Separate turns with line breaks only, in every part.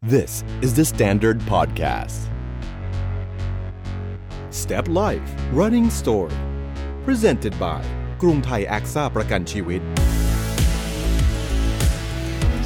This is the Standard Podcast. Step Life Running Story Presented by กรุงไทยแอคซ่าประกันชีวิต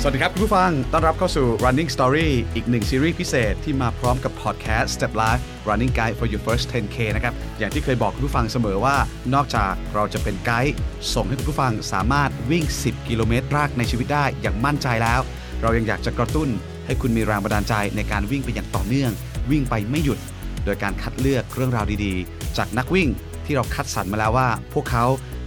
สวัสดีครับ คุณผู้ฟัง ต้อนรับเข้าสู่ Running Story อีกหนึ่งซีรีส์พิเศษที่มาพร้อมกับพอดแคสต์ Step Life Running Guide for Your First 10K นะครับ อย่างที่เคยบอกคุณผู้ฟังเสมอว่า นอกจากเราจะเป็นไกด์ส่งให้คุณผู้ฟังสามารถวิ่ง 10 กิโลเมตรแรกในชีวิตได้อย่างมั่นใจแล้ว เรายังอยากจะกระตุ้น ให้คุณมีแรงบันดาลใจในการวิ่งไปอย่างต่อเนื่อง วิ่งไปไม่หยุด โดยการคัดเลือกเรื่องราวดีๆ จากนักวิ่งที่เราคัดสรรมาแล้วว่า พวกเขา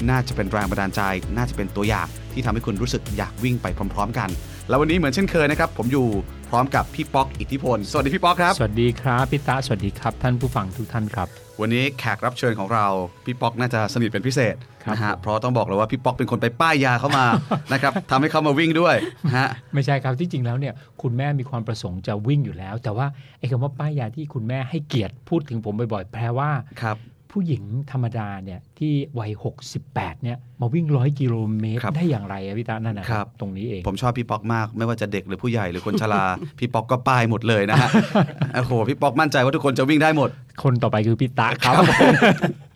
น่าจะเป็นแรงบันดาลใจ น่าจะเป็นตัวอย่างที่ทำให้คุณรู้สึกอยากวิ่งไปพร้อม ๆ กัน แล้ววันนี้เหมือนเช่นเคยนะครับ ผมอยู่พร้อมกับพี่ป๊อกอิทธิพล สวัสดีพี่ป๊อกครับ
สวัสดีครับพี่ตาสวัสดีครับ ท่านผู้ฟังทุกท่านครับ
วันนี้แขกรับเชิญของเรา พี่ป๊อกน่าจะสนิทเป็นพิเศษ
ครับ
นะฮะเพราะต้องบอกเลยว่าพี่ป๊อกเป็นคนไปป้ายยาเข้ามา นะครับทำให้เขามาวิ่งด้วยนะฮะ
ไม่ใช่ครับที่จริงแล้วเนี่ยคุณแม่มีความประสงค์จะวิ่งอยู่แล้ว แต่ว่าไอ้คำว่าป้ายยาที่คุณแม่ให้เกียรติพูดถึงผมบ่อยๆแปลว่า
ครับ
ผู้หญิงธรรมดาเนี่ยที่วัย 68เนี่ยมาวิ่งร้อยกิโลเมตร
ครับ
ได้อย่างไรอะพี่ตานั่นนะครับ ตรงนี้เอง
ผมชอบพี่ป๊อกมากไม่ว่าจะเด็กหรือผู้ใหญ่หรือคนชรา พี่ป๊อกก็ป้ายหมดเลยนะฮะ โอ้โหพี่ป๊อกมั่นใจว่าทุกคนจะวิ่งได้หมด
คนต่อไปคือพี่ตาครับ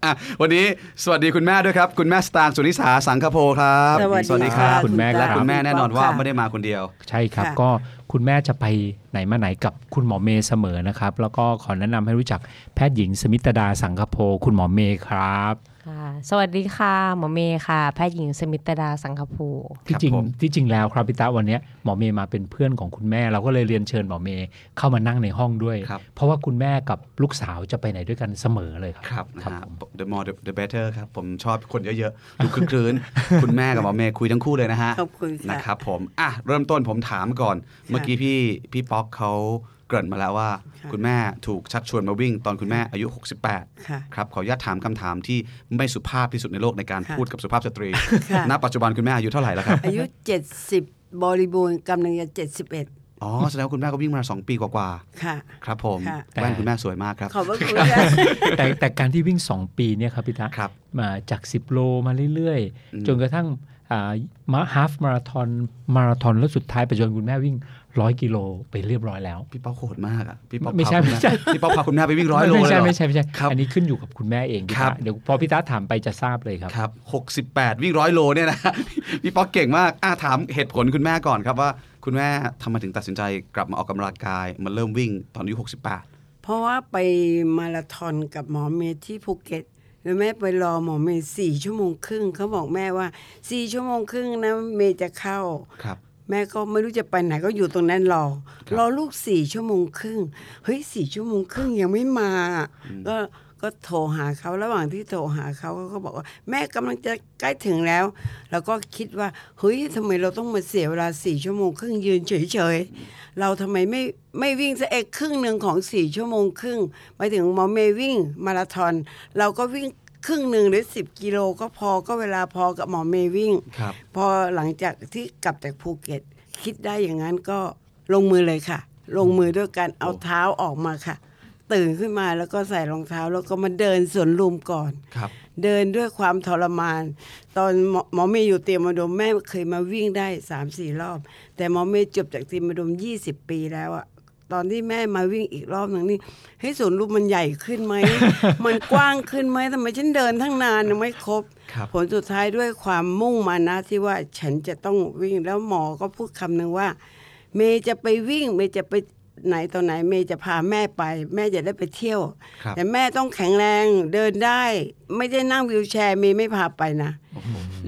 อ่ะวันนี้สวัสดีคุณแม่ด้วยครับ คุณแม่สตางค์สุนิสาสังคโพครับ
สวัสดี
บ
คุณแม่
ะ
ค่ะ
และคุณแม่
รับ
แน่นอนว่า
ค่ะ
ไม่ได้มาคนเดียว
ใช่ครับ
ค่ะ
ก็คุณแม่จะไปไหนมาไหนกับคุณหมอเมย์เสมอนะครับ แล้วก็ขอแนะนำให้รู้จักแพทย์หญิงสมิตดาสังคโปร์คุณหมอเมย์ครับ
ค่ะสวัสดีค่ะหมอเมย์ค่ะ แพทย์หญิงสมิตดาสังคภู
ที่จริง
ครับผม
ที่จริงแล้วครับพี่ตาวันเนี้ยหมอเมย์มาเป็นเพื่อนของคุณแม่ เราก็เลยเรียนเชิญหมอเมย์เข้ามานั่งในห้องด้วย
ครับ
เพราะว่าคุณแม่กับลูกสาวจะไปไหนด้วยกันเสมอเลยค
ครับ รับนะฮะ
ผม
The more the- the better ครับ ผมชอบคนเยอะๆดูคลึกครื้น คุณแม่กับหมอเมย์คุยทั้งคู่เลยนะฮะ
ขอบคุณค่ะ
นะครับผมอ่ะเริ่มต้นผมถามก่อน เมื่อกี้พี่พี่ป๊อกเขาเกริ่นมาแล้วว่า
ค่ะ
คุณแม่ถูกชักชวนมาวิ่งตอนคุณแม่อายุ 68
ค่ะ
ครับขออนุญาตถามคำถามที่ไม่สุภาพที่สุดในโลกในการ
ค่ะ
พูดกับสุภาพสตรี
ค่ะ
ณ ปัจจุบันคุณแม่อายุเท่าไหร่แล้วครับ
อายุ 70 บริบูรณ์กำลังจะ71
อ๋อ แสดงว่าคุณแม่ก็วิ่งมา 2 ปีกว่า
ค่ะ
ๆ ครับผม
ค่ะ
แว่นคุณแม่สวยมากครับ
ขอบพระคุณค่ะ
แต่แต่การที่วิ่ง 2 ปีเนี่ยครับพี่ตา
ครับ
มาจาก 10 โลมาเรื่อย
อืม
ๆ จนกระทั่งอ่ามาฮาฟมาราทอนมาราทอนแล้วสุดท้ายไปจนคุณแม่วิ่ง 100 กิโลไปเรียบร้อยแล้ว
พี่ป๊อกโหดมากอ่ะ พี่ป๊อก
ไม่ใช่
พาคุณ
ไม่ใช่
พี่ป๊อกพาคุณแม่ไปวิ่งร้อยโลเลย
ไม่ใช่
เหรอ
ไม่ใช่ไม่ใช่
ครับ
อันนี้ขึ้นอยู่กับคุณแม่เองพี่
ครั
ตา
บ
เดี๋ยวพอพี่ตาถามไปจะทราบเลยครับ
ครับ 68 วิ่งร้อยโลเนี่ยนะ พี่ป๊อกเก่งมากอ่ะถามเหตุผลคุณแม่ก่อนครับว่า คุณแม่ทำไมถึงตัดสินใจกลับมาออกกำลังกายมาเริ่มวิ่งตอนอายุ 68
เพราะว่าไปมาราธอนกับหมอเมย์ที่ภูเก็ต แล้วแม่ไปรอหมอเมย์สี่ชั่วโมงครึ่งเขาบอกแม่ว่าสี่ชั่วโมงครึ่งนะเมย์จะเข้า
ครับ
แม่ก็ไม่รู้จะไปไหนก็อยู่ตรงนั้นรอ
ครับ
รอลูกสี่ชั่วโมงครึ่งเฮ้ยสี่ชั่วโมงครึ่งยังไม่มา ก็ก็โทรหาเขาระหว่างที่โทรหาเขาเขาก็บอกว่า แม่กำลังจะใกล้ถึงแล้ว แล้วก็คิดว่าเฮ้ยทำไมเราต้องมาเสียเวลาสี่ชั่วโมงครึ่งยืนเฉยๆเราทำไมไม่ไม่วิ่งสักเอกครึ่งหนึ่งของสี่ชั่วโมงครึ่งไปถึงหมอเมย์วิ่งมาราธอนเราก็วิ่งครึ่งหนึ่งหรือสิบกิโลก็พอก็เวลาพอกับหมอเมย์วิ่ง
ครับ
พอหลังจากที่กลับจากภูเก็ต คิดได้อย่างนั้นก็ลงมือเลยค่ะ ลงมือด้วยการเอาเท้าออกมาค่ะ ตื่นขึ้นมาแล้วก็ใส่รองเท้าแล้วก็มาเดินสวนลุมก่อน
ครับ
เดินด้วยความทรมาน ตอนหมอหมอเมย์อยู่เตรียมอุดมแม่เคยมาวิ่งได้สามสี่รอบ แต่หมอเมย์จบจากเตรียมอุดมยี่สิบปีแล้วอะตอนที่แม่มาวิ่งอีกรอบหนึ่งนี่ให้ยสวนลุมมันใหญ่ขึ้น ไหม มันกว้างขึ้นไหมทำไมฉันเดินทั้งนานยังไม่ครบ
ครับ
ผลสุดท้ายด้วยความมุ่งมานะที่ว่าฉันจะต้องวิ่งแล้วหมอก็พูดคำหนึ่งว่า เมย์จะไปวิ่ง เมย์จะไปไหนต่อไหน เมย์จะพาแม่ไป แม่จะได้ไปเที่ยว
ครับ
แต่แม่ต้องแข็งแรงเดินได้ ไม่ได้นั่งวิวแชร์เมย์ไม่พาไปนะ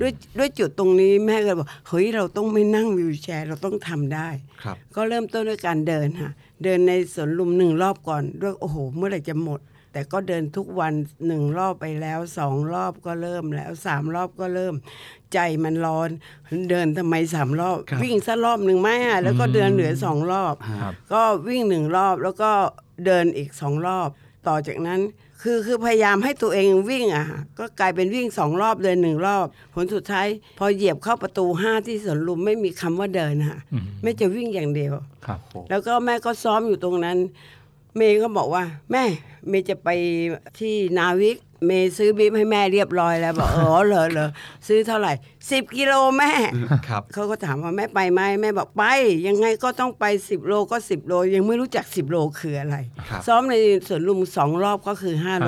ด้วยด้วยจุดตรงนี้แม่ก็เลยบอกเฮ้ยเราต้องไม่นั่งวิวแชร์ เราต้องทำได้
ครับ
ก็เริ่มต้นด้วยการเดินค่ะ เดินในสวนลุมหนึ่งรอบก่อน ด้วยโอ้โห เมื่อไหร่จะหมด แต่ก็เดินทุกวันหนึ่งรอบไปแล้วสองรอบก็เริ่มแล้วสามรอบก็เริ่ม ใจมันร้อน เดินทำไมสามรอบ
ครับ
วิ่งสักรอบหนึ่งไหมอะแล้วก็เดินเหลือสองรอบ
ครับ
ก็วิ่งหนึ่งรอบแล้วก็เดินอีกสองรอบ ต่อจากนั้นคือคือพยายามให้ตัวเองวิ่งอ่ะ ก็กลายเป็นวิ่งสองรอบเดินหนึ่งรอบ ผลสุดท้าย พอเหยียบเข้าประตูห้าที่สวนลุมไม่มีคำว่าเดินค่ะ
อืม
แม่จะวิ่งอย่างเดียว
ครับ
แล้วก็แม่ก็ซ้อมอยู่ตรงนั้น เมย์ก็บอกว่า แม่ เมย์จะไปที่นาวิก เมย์ซื้อบีบให้แม่เรียบร้อยแล้วบอก อ๋อเหรอเหรอซื้อเท่าไหร่สิบกิโลแม่
ครับ
เขาก็ถามว่าแม่ไปไหมแม่บอกไป ยังไงก็ต้องไป 10 โลก็ 10 โล ยังไม่รู้จัก 10 โลคืออะไร
ครับ
ซ้อมในสวนลุมสองรอบก็คือ 5 โล
ห้าโล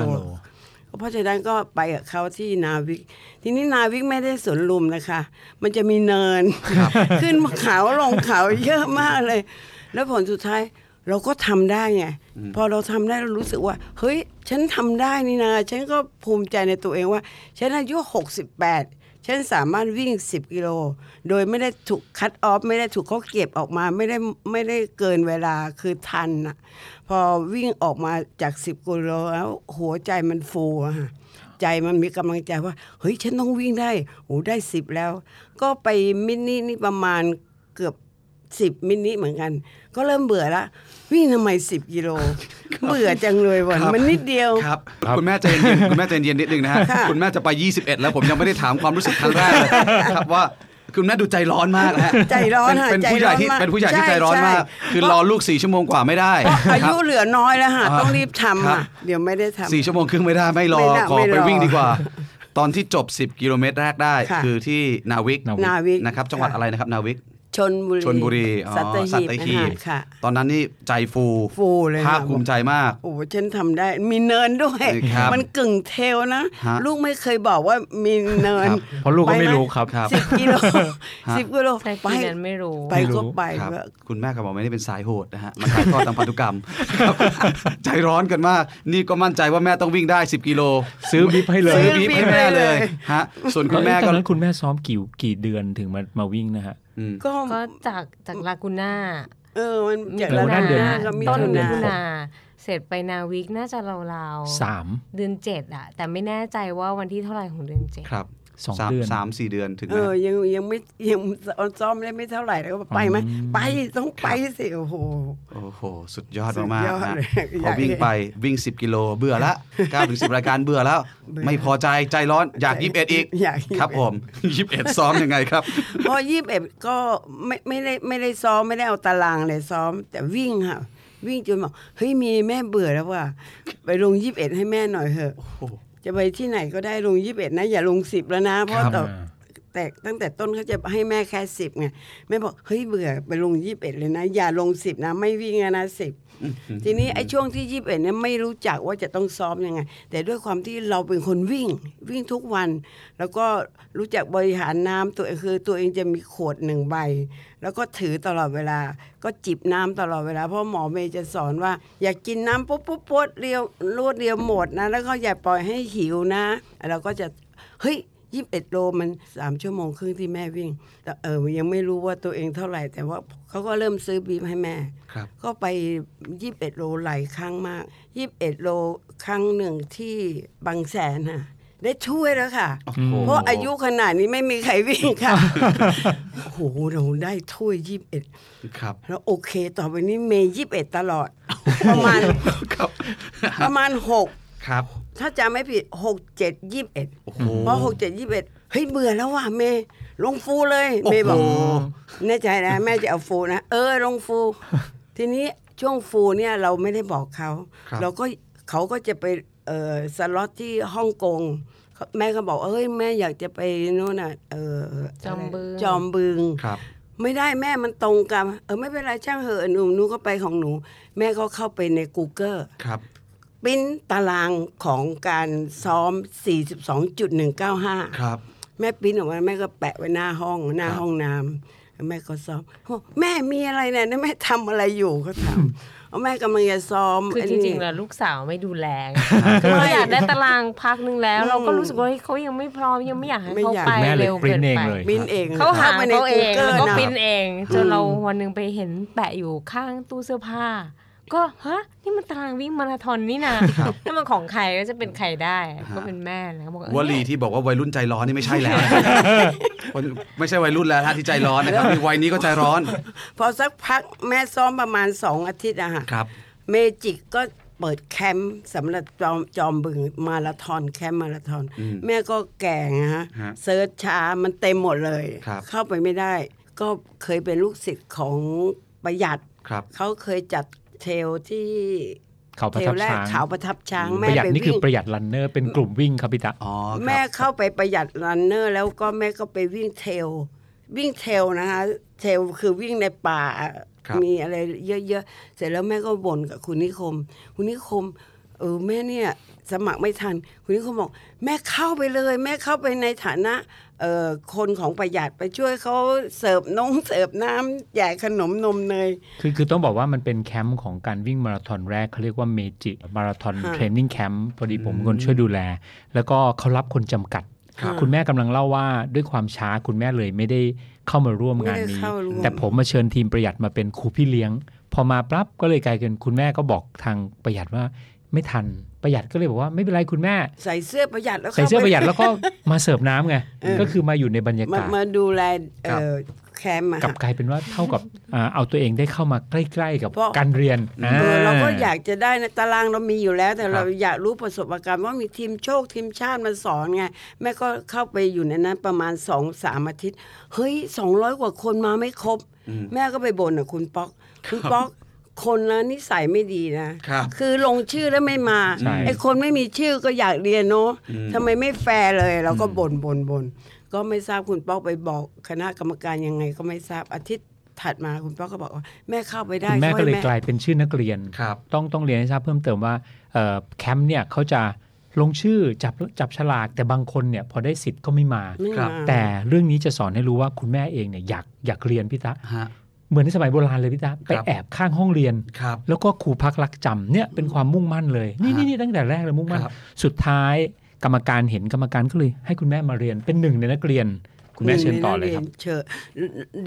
เพราะฉะนั้นก็ไปกับเขาที่นาวิก ทีนี้นาวิกไม่ได้สวนลุมนะคะ มันจะมีเนิน ขึ้นเขาลงเขาเยอะมากเลย แล้วผลสุดท้ายเราก็ทำได้ไง พอเราทำได้เรารู้สึกว่า เฮ้ย ฉันทำได้นี่นะฉันก็ภูมิใจในตัวเองว่า ฉันอายุ 68 ฉันสามารถวิ่ง 10 กิโล โดยไม่ได้ถูกคัดออฟ ไม่ได้ถูกเขาเก็บออกมา ไม่ได้ไม่ได้เกินเวลาคือทันอะพอวิ่งออกมาจาก 10 กิโลแล้วหัวใจมันฟูอะค่ะ ใจมันมีกำลังใจว่า เฮ้ย ฉันต้องวิ่งได้โอ้ได้สิบแล้ว ก็ไปมินินี่ประมาณเกือบสิบมินิเหมือนกัน ก็เริ่มเบื่อละ วิ่งทำไมสิบกิโล เบื่อจังเลยวัน
ครับ
มันนิดเดียว
ครับ คุณแม่ใจเย็น ๆคุณแม่ใจเย็นๆนิดนึงนะฮะ
ค่ะ
คุณแม่จะไป 21 แล้วผมยังไม่ได้ถามความรู้สึกครั้งแรก เลยครับว่าคุณแม่ดูใจร้อนมากนะฮะ
ใจร้อนค่ะ
เป็นเป็นผู้ใหญ่ที่
ใจร้อนมาก
เป็นผู้ใหญ่ที่ใจร้อนมาก
ใช่
คือร
เพราะ
อลูก 4 ชั่วโมงกว่าไม่ได้
เพราะอา
ครับ
ยุเหลือน้อยแล้วค่ะ
อ่า
ต้องรีบทำ
ครั
อ่ะ
บ
เดี๋ยวไม่ได้ทำ
สี่ชั่วโมงครึ่งไม่ได้ไม่รอ
ไม่ได้
ขอ
ไม่รอ
ไปวิ่งดีกว่า ตอนที่จบ 10 กิโลเมตรแรกได้
ค่ะ
คือที่นาวิก
นาวิก
นะครับจังหวัด
ค่ะ
อะไรนะครับนาวิก
ชนบุรี
ชนบุรีอ๋อ
สัตหีบนะคะค่ะ
ตอนนั้นนี่ใจฟู
ฟูเลยค่ะ
ภาคภูมิใจมาก
โอ้ฉันทำได้มีเนินด้วย
ครับ
มันกึ่งเทลนะ
ฮะ
ลูกไม่เคยบอกว่ามีเนิน
ครับ
เพราะลูกก็ไม่รู้ครับ
ครับ
สิบกิโลสิบกิโล
ใช่
ไป
คือนั้นไม่รู้
ไปก็ไป
ครับ
ก็
คุณแม่กับบอกไม่ได้เป็นสายโหดนะฮะมันถ่ายทอดทางพันธุกรรม ครับใจร้อนกันมาก นี่ก็มั่นใจว่าแม่ต้องวิ่งได้ 10 กิโล
ซื้อบิ๊บให้เล
ซื้
ย
อบีบให้แม่เลยฮะส่วนคุณแม่
เอ้ยต
ก็
อนนั้นคุณแม่ซ้อมกี่กี่เดือนถึงมามาวิ่งนะฮะ
อืม
ก็
ก็จากจากลากูน่า
เออมันจาก
มิถุนา
ละนา
เดือ
ก็มิ
ต้น
ถุ
มิ
นา
ถุนาเสร็จไปนาวิกน่าจะราว
สาม
ๆเดือนเจ็ดอะแต่ไม่แน่ใจว่าวันที่เท่าไหร่ของเดือนเจ็ด
ครับ
สอง
สาม
เดือน
สามสี่เดือนถึงไห
เอ
ม
อยังยังไม่ยังซ้อมได้ไม่เท่าไหร่แล้วก็บอกไปไหม
อืม
ไปต้องไปสิโอ้โห
โอ้โห สุดยอด
สุด
มาก
ยอด
ๆนะ
เลย
พอวิ่งไปวิ่ง 10 กิโลเบื่อละ9ถึง10 รายการเบื่อแล้ว
เบื่อ
ไม่พอใจใจร้อนอยาก
ใจ
ยิบเอ็ดอีก
อยาก21
ครับผม ยิบเอ็ดซ้อมยังไงครับ
พอยี่สิบเอ็ดก็ไม่ไม่ได้ไม่ได้ซ้อมไม่ได้เอาตารางเลยซ้อม แต่วิ่งค่ะ วิ่งจนบอกเฮ้ยเมีแม่เบื่อแล้วว่ะไปลงยี่สิบเอ็ดให้แม่หน่อยเถอะ จะไปที่ไหนก็ได้ลงยี่สิบเอ็ดนะ อย่าลงสิบแล้วนะ เพราะ
ครับ
แต่แต่ตั้งแต่ต้นเขาจะให้แม่แค่สิบไงแม่บอกเฮ้ยเบื่อไปลงยี่สิบเอ็ดเลยนะ อย่าลงสิบนะ ไม่วิ่งแล้วนะสิบทีนี้ไอ้ช่วงที่ยี่สิบเอ็ดเนี่ยไม่รู้จักว่าจะต้องซ้อมยังไง แต่ด้วยความที่เราเป็นคนวิ่งวิ่งทุกวัน แล้วก็รู้จักบริหารน้ำตัวเองคือตัวเองจะมีขวดหนึ่งใบ แล้วก็ถือตลอดเวลา ก็จิบน้ำตลอดเวลา เพราะหมอเมย์จะสอนว่า อย่ากกินน้ำปุ๊บปุ๊บปุ๊บเรียวรวดเรียวหมดนะ แล้วก็อย่าปล่อยให้หิวนะเราก็จะ เฮ้ยยี่สิบเอ็ดโลมันสามชั่วโมงครึ่งที่แม่วิ่งแต่เออยังไม่รู้ว่าตัวเองเท่าไหร่ แต่ว่าเขาก็เริ่มซื้อบีบให้แม่
ครับ
ก็ไปยี่สิบเอ็ดโลหลายครั้งมากยี่สิบเอ็ดโลครั้งหนึ่งที่บางแสนค่ะได้ช่วยแล้วค่ะ
โอ้โห
เพราะอายุขนาดนี้ไม่มีใครวิ่งค่ะ โอ้โหเราได้ถ้วยยี่สิบเอ็ด
ครับ
แล้วโอเค ต่อไปนี้เมย์ยี่สิบเอ็ดตลอด ประมาณ
ครับ
ประมาณหก
ครับ
ถ้าจำไม่ผิดหกเจ็ดยี่สิบเอ็ด
โอ้โห
พอหกเจ็ดยี่สิบเอ็ดเฮ้ยเบื่อแล้วว่ะเมย์ลงฟูเลย
โอ้โห
เมย์บอกแน่ใจนะ แม่จะเอาฟูนะ เออลงฟู ทีนี้ช่วงฟูเนี่ยเราไม่ได้บอกเขา
ครับ
เราก็เขาก็จะไปเออสล็อตที่ฮ่องกงเขาแม่ก็บอกเอ้ยแม่อยากจะไปนู่นน่ะเออ
จอมบึง
จอมบึง
ครับ
ไม่ได้แม่มันตรงกันเออไม่เป็นไรช่างเหอะหนูหนูก็ไปของหนู แม่ก็เข้าไปใน Google
ครับ
ปริ้นตารางของการซ้อม 42.195
ครับ
แม่ปริ้นออกมาแม่ก็แปะไว้หน้าห้องหน้า
ครับ
ห้องน้ำแล้วแม่ก็ซ้อมบอกแม่มีอะไรเนี่ยแล้วแม่ทำอะไรอยู่ก็ถาม เอาแม่กำลังจะซ้อม
คือ
น
จ
นี้
ริงๆแล้วลูกสาวไม่ดูแลไงคือเราอยากได้ตารางพักนึงแล้ว เราก็รู้สึกว่าเฮ้ยเขายังไม่พร้อมยังไม่อยากให้
ไม่
เขา
อยาก
ไป
แม่เลย
เร็ว
ปริ้
เกิ
น
น
เอง
ไป
เลย
ปิ้นเอง
เขาหา
ไปใน
เขาเองแล้ว
Google
ก็
นะ
ปริ้นเองจนเราวันหนึ่งไปเห็นแปะอยู่ข้างตู้เสื้อผ้า ก็ฮะนี่มันตารางวิ่งมาราธอนนี่นะถ้ามันของใครก็จะเป็นใครได้ก็เป็นแม่นะก็บอก
ว
เอ้ย
ลีที่บอกว่าวัยรุ่นใจร้อนนี่ไม่ใช่ แล้ว ไม่ใช่วัยรุ่นแล้วฮะที่ใจร้อนนะครับคือวัยนี้ก็ใจร้อน
พอสักพักแม่ซ้อมประมาณสองอาทิตย์อะค่ะ
ครับ
เมจิกก็เปิดแคมป์สำหรับจอมจอมบึงมาราธอนแคมป์มาราธอน
อืม
แม่ก็แก่ไงฮะ
ฮะ
เซิร์ชช้ามันเต็มหมดเลย
ครับ
เข้าไปไม่ได้ ก็เคยเป็นลูกศิษย์ของประหยัด
ครับ
เขาเคยจัดเทรลที่
เขาประ
เท
ทั
ล
บ
แรก
ช้าง
เขาประทับช้าง
ป
แม่
ระหยัด
ไป
นี่คือ
วิ่ง
ประหยัดลันเนอร์เป็นกลุ่มวิ่งครับพี่ตะ
อ๋อครับ
แม่เข้าไปประหยัดรันเนอร์ แล้วก็แม่ก็ไปวิ่งเทรลวิ่งเทรลนะคะเทรลคือวิ่งในป่า
ครับ
มีอะไรเยอะๆ เสร็จแล้วแม่ก็บ่นกับคุณนิคม คุณนิคม เออแม่เนี่ยสมัครไม่ทัน คุณนิคมบอก แม่เข้าไปเลย แม่เข้าไปในฐานะเอ่อคนของประหยัดไปช่วยเขาเสิร์ฟนงเสิร์ฟน้ำแจกขนมนมเนย
คือคือต้องบอกว่ามันเป็นแคมป์ของการวิ่งมาราธอนแรกเขาเรียกว่าเมจิมาราธอน
ค่ะ
เทรนนิ่งแคมป์พอดีผมเป็นคนช่วยดูแล แล้วก็เขารับคนจำกัด
ครับ
คุณแม่กำลังเล่าว่าด้วยความช้าคุณแม่เลยไม่ได้เข้ามาร่วมงาน
ไม่ได้
นี้
เข้าร่วม
แต่ผมมาเชิญทีมประหยัดมาเป็นครูพี่เลี้ยง พอมาปั๊บก็เลยกลายเป็นคุณแม่ก็บอกทางประหยัดว่าไม่ทันประหยัดก็เลยบอกว่าไม่เป็นไรคุณแม่
ใส่เสื้อประหยัดแล้ว
ใส่
ข้าไ
เสื้อประหยัดแล้วก็มาเสิร์ฟน้ำไง
เออ
ก็คือมาอยู่ในบรรยา
าก
มาศ
มาดูแล
ครับ
เอ่อแคมป์อะ
กลับ
ค่ะ
กลายเป็นว่าเท่ากับอ่าเอาตัวเองได้เข้ามาใกล้ๆกับ
เพราะ
การเรียน
เออเราก็อยากจะได้นะตารางเรามีอยู่แล้ว แต่
ครับ
เราอยากรู้ประสบการณ์ว่ามีทีมโชคทีมชาติมาสอนไง แม่ก็เข้าไปอยู่ในนั้นประมาณสองสามอาทิตย์ เฮ้ยสองร้อยกว่าคนมาไม่ครบ แม่ก็ไปบ่นกับคุณป๊อก คุณป๊อกคนนะนิสัยไม่ดีนะ
ครับ
คือลงชื่อแล้วไม่มา
ใช่
ไอ้คนไม่มีชื่อก็อยากเรียนเนาะทำไมไม่แฟร์เลย เราก็บ่นบ่นบ่นก็ไม่ทราบคุณป๊อกไปบอกคณะกรรมการยังไง ก็ไม่ทราบอาทิตย์ถัดมาคุณป๊อกก็บอกว่าแม่เข้าไปได้
คุณแม่
ช่ว
ก็เลย
ม่
กลายเป็นชื่อนักเรียน
ครับ
ต้องต้องเรียนให้ทราบเพิ่มเติมว่าเอ่อแคมป์เนี่ยเขาจะลงชื่อจับจับฉลาก แต่บางคนเนี่ยพอได้สิทธิ์ก็ไม่มา
ไม่
ครั
มา
บ
แต่เรื่องนี้จะสอนให้รู้ว่าคุณแม่เองเนี่ยอยากอยากเรียนพี่ตะ
ฮะ
เหมือนในสมัยโบราณเลยพี่ตะไป
ครับ
แอบข้างห้องเรียน
ครับ
แล้วก็ครูพักรักจำเนี่ยเป็นความมุ่งมั่นเลย นี่นี่นี่ตั้งแต่แรกเลยมุ่งมั่น
ครับ
สุดท้ายกรรมการเห็นกรรมการก็เลยให้คุณแม่มาเรียนเป็นหนึ่งในนักเรียน คุณแม่เชิญต่อเลยครับ
เชิญ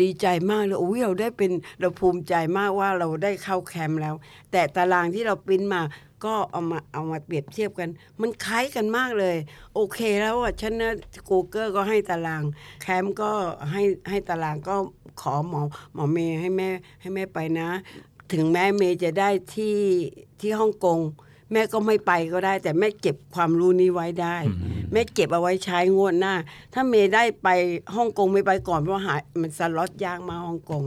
ดีใจมากเลยโอ้ยเราได้เป็นเราภูมิใจมากว่าเราได้เข้าแคมป์แล้ว แต่ตารางที่เราปริ้นมาก็เอามาเอามาเปรียบเทียบกัน มันคล้ายกันมากเลย โอเคแล้วอ่ะฉันนะกูเกอร์ก็ให้ตาราง แคมป์ก็ให้ให้ตารางก็ขอหมอหมอเมย์ให้แม่ให้แม่ไปนะ ถึงแม่เมย์จะได้ที่ที่ฮ่องกง แม่ก็ไม่ไปก็ได้ แต่แม่เก็บความรู้นี้ไว้ได้ แม่เก็บเอาไว้ใช้งวดหน้า ถ้าเมย์ได้ไปฮ่องกงไม่ไปก่อนเพราะหามันสล็อตยากมากฮ่องกง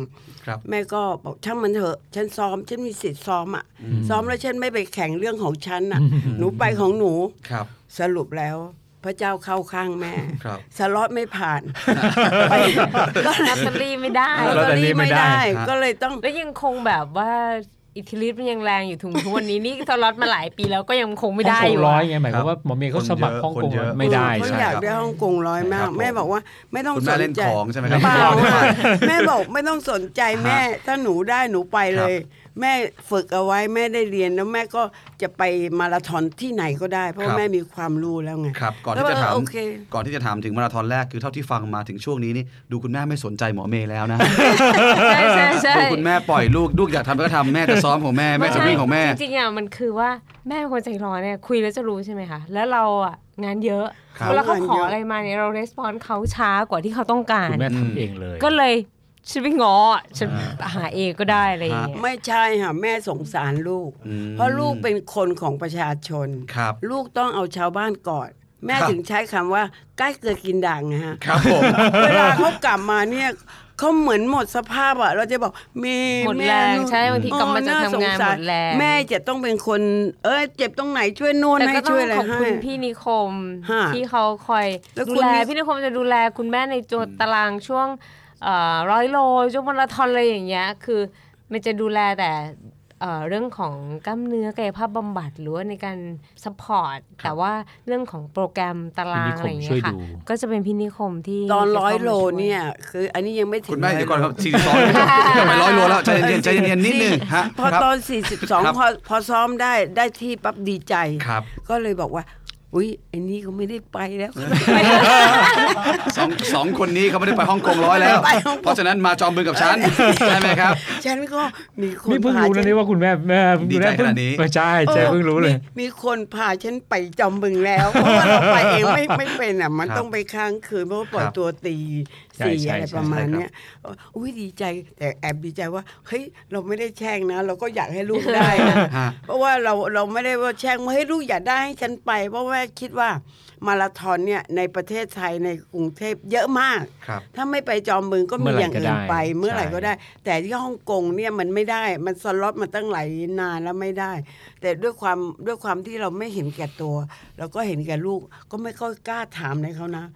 ครับ
แม่ก็บอกช่างมันเถอะ ฉันซ้อม ฉันมีสิทธิ์ซ้อมอะ่ะ ซ้อมแล้วฉันไม่ไปแข่งเรื่องของฉันอ่ะ หนูไปของหนู
ครับ
สรุปแล้ว พระเจ้าเข้าข้างแม่
ครับ
สล็อตไม่ผ่านไปก็
ลอตเตอรี่ไม่ได้
ลอตเตอรี่ไม่ได้
ครับ
ก็เลยต้อง
แล้วยังคงแบบว่าอิทธิฤทธิ์มันยังแรงอยู่ถึงทุกวันนี้ นี่สล็อตมาหลายปีแล้วก็ยังคงไม่ได้
ฮ่อง
อก ยู่
งร้อย
อะ
ไงหมายความว่าหมอเมย์เขาสมัครห้องกง
คนเยอะ
ไม่ได้
เขา
ใช่
อยาก
ครับ
ได้ฮ่องกงร้อยมาก
ครับผม
แม่บอกว่าไม่ต้อง
คุณ
ส
แม่
นใจ
เล่นของใช่ไหมครับ
เปล่า
ไม่เอา
ค่ะแม่บอกไม่ต้องสนใจแม่ ถ้าหนูได้หนูไปเลย แม่ฝึกเอาไว้แม่ได้เรียนแล้วแม่ก็จะไปมาราธอนที่ไหนก็ได้ เพราะ
ครับ
แม่มีความรู้แล้วไง
ครับ ก่อนที่จะถาม
แล้วก็โอเค
ก่อนที่จะถามถึงมาราธอนแรกคือเท่าที่ฟังมาถึงช่วงนี้นี่ดูคุณแม่ไม่สนใจหมอเมย์แล้วนะ
ใช่ใช่ใช่
ดูคุณแม่ปล่อยลูก ลูกอยากทำก็ทำแม่จะซ้อมของแม่แม่จะวิ่งของแม่
จริงๆอ่ะมันคือว่าแม่เป็นคนใจร้อนเนี่ยคุยแล้วจะรู้ใช่ไหมคะแล้วเราอ่ะงานเยอะ
ครับ
เวลาเขาข
งาน
อ
เยอะ
อะไรมาเนี่ยเราレスปอนเขาช้ากว่าที่เขาต้องการ
คุณแม่ทำเองเลย
ก็เลยฉันไปง้อฉันหาเองก็ได้อะไรอย่างเงี้ย
ไม่ใช่ค่ะแม่สงสารลูก
อืม
เพราะลูกเป็นคนของประชาชน
ครับ
ลูกต้องเอาชาวบ้านก่อน แม่
ครับ
ถึงใช้คำว่าใกล้เกลือกินด่างนะฮะ
ครับผม
เวลาเขากลับมาเนี่ยเขาเหมือนหมดสภาพอะเราจะบอกเมย์
หมด
ม่
แรง
นู่น
ใช่บางทีกลับมา
โอ้
จาก
ส
ทำงาน
ส
หมดแรง
แม่จะต้องเป็นคน เอ้ยเจ็บตรงไหนช่วยนู่น
แต่
ให้
ก็ต้อ
ช่
ง
วยอะไร
ขอบ
ให้
คุณพี่นิคม
ฮะ
ที่เขาคอย
แล้ว
ดู
คุณ
แล
นิ
พี่นิคมจะดูแลคุณแม่ในจดตารางช่วงเอ่อร้อยโลช่วงมาราธอนอะไรอย่างเงี้ยคือมันจะดูแลแต่เอ่อเรื่องของกล้ามเนื้อกายภาพบำบัดหรือว่าในการซัพพอร์ตแต่ว่าเรื่องของโปรแกรมตา
คุณ
ราง
นิค
อะไร
ม
อย่าง
ช่วย
เงี้ยค่ะ
ดู
ก็จะเป็นพี่นิคมที่
ตอน
จะ
ร้อย
เข้ามา
โล
ช่ว
เนี่ย คืออันนี้ยังไม่ถึง
คุณแม่
ร้อ
เดี๋ยวก่อน
โล
ครับสี่สองจะไปร้อยโล แล้วใจเย็นๆใจเย็นๆนิดนึงฮะ
พอ
ครับ
ตอน 42 พอพอซ้อมได้ได้ที่ปั๊บดีใจ
ครับ
ก็เลยบอกว่า อุ้ยไอ้นี่ก็ไม่ได้ไปแล้ว
สองสองคนนี้เขาไม่ได้ไปฮ่องกงร้อยแล้ว
ไม่ได้ไปฮ่องกง
เพราะฉะนั้นมาจอมบึงกับ ฉัน ใช่ไหมครับ
ฉันก็มีคน
นี่เพิ่ง
พา
รู้นะ
ฉั
นี่ว่าคุณแม่แม่
ดี
คุณ
ใจ
แม่
ข
เพิ่ง
นาดนี้
ไม่ใช่ใช่เพิ่งรู้เลย
ออมีมีคนพาฉันไปจอมบึงแล้ว เพราะว่าเราไปเองไม่ไม่เป็นอ่ะ มัน
ครับ
ต้องไปค้างคืนเพราะว่าปล่อย
ครับ
ตัวตี
ใช่
สี่
ใช่
อะไร
ใช่
ประมาณ
ใช่ครับ
เนี้ยเอออุ้ยดีใจแต่แอบดีใจว่าเฮ้ยเราไม่ได้แช่งนะ เราก็อยากให้ลูกได้ นะ
ฮะ
เพราะว่าเราเราไม่ได้ว่าแช่งว่าให้ลูกอย่าได้ให้ฉันไป เพราะว่าคิดว่ามาราธอนเนี่ยในประเทศไทยในกรุงเทพเยอะมาก
ครับ
ถ้าไม่ไปจอมบึงก็
เมื่อไหร่
มีอย่างอื่นไป
ก็ได้
เมื่อไหร่ก็
ใช่
ได้ แต่ที่ฮ่องกงเนี่ยมันไม่ได้มันสล็อตมาตั้งหลายนานแล้วไม่ได้ แต่ด้วยความด้วยความที่เราไม่เห็นแก่ตัว เราก็เห็นแก่ลูกก็ไม่ค่อยกล้าถามในเขานะ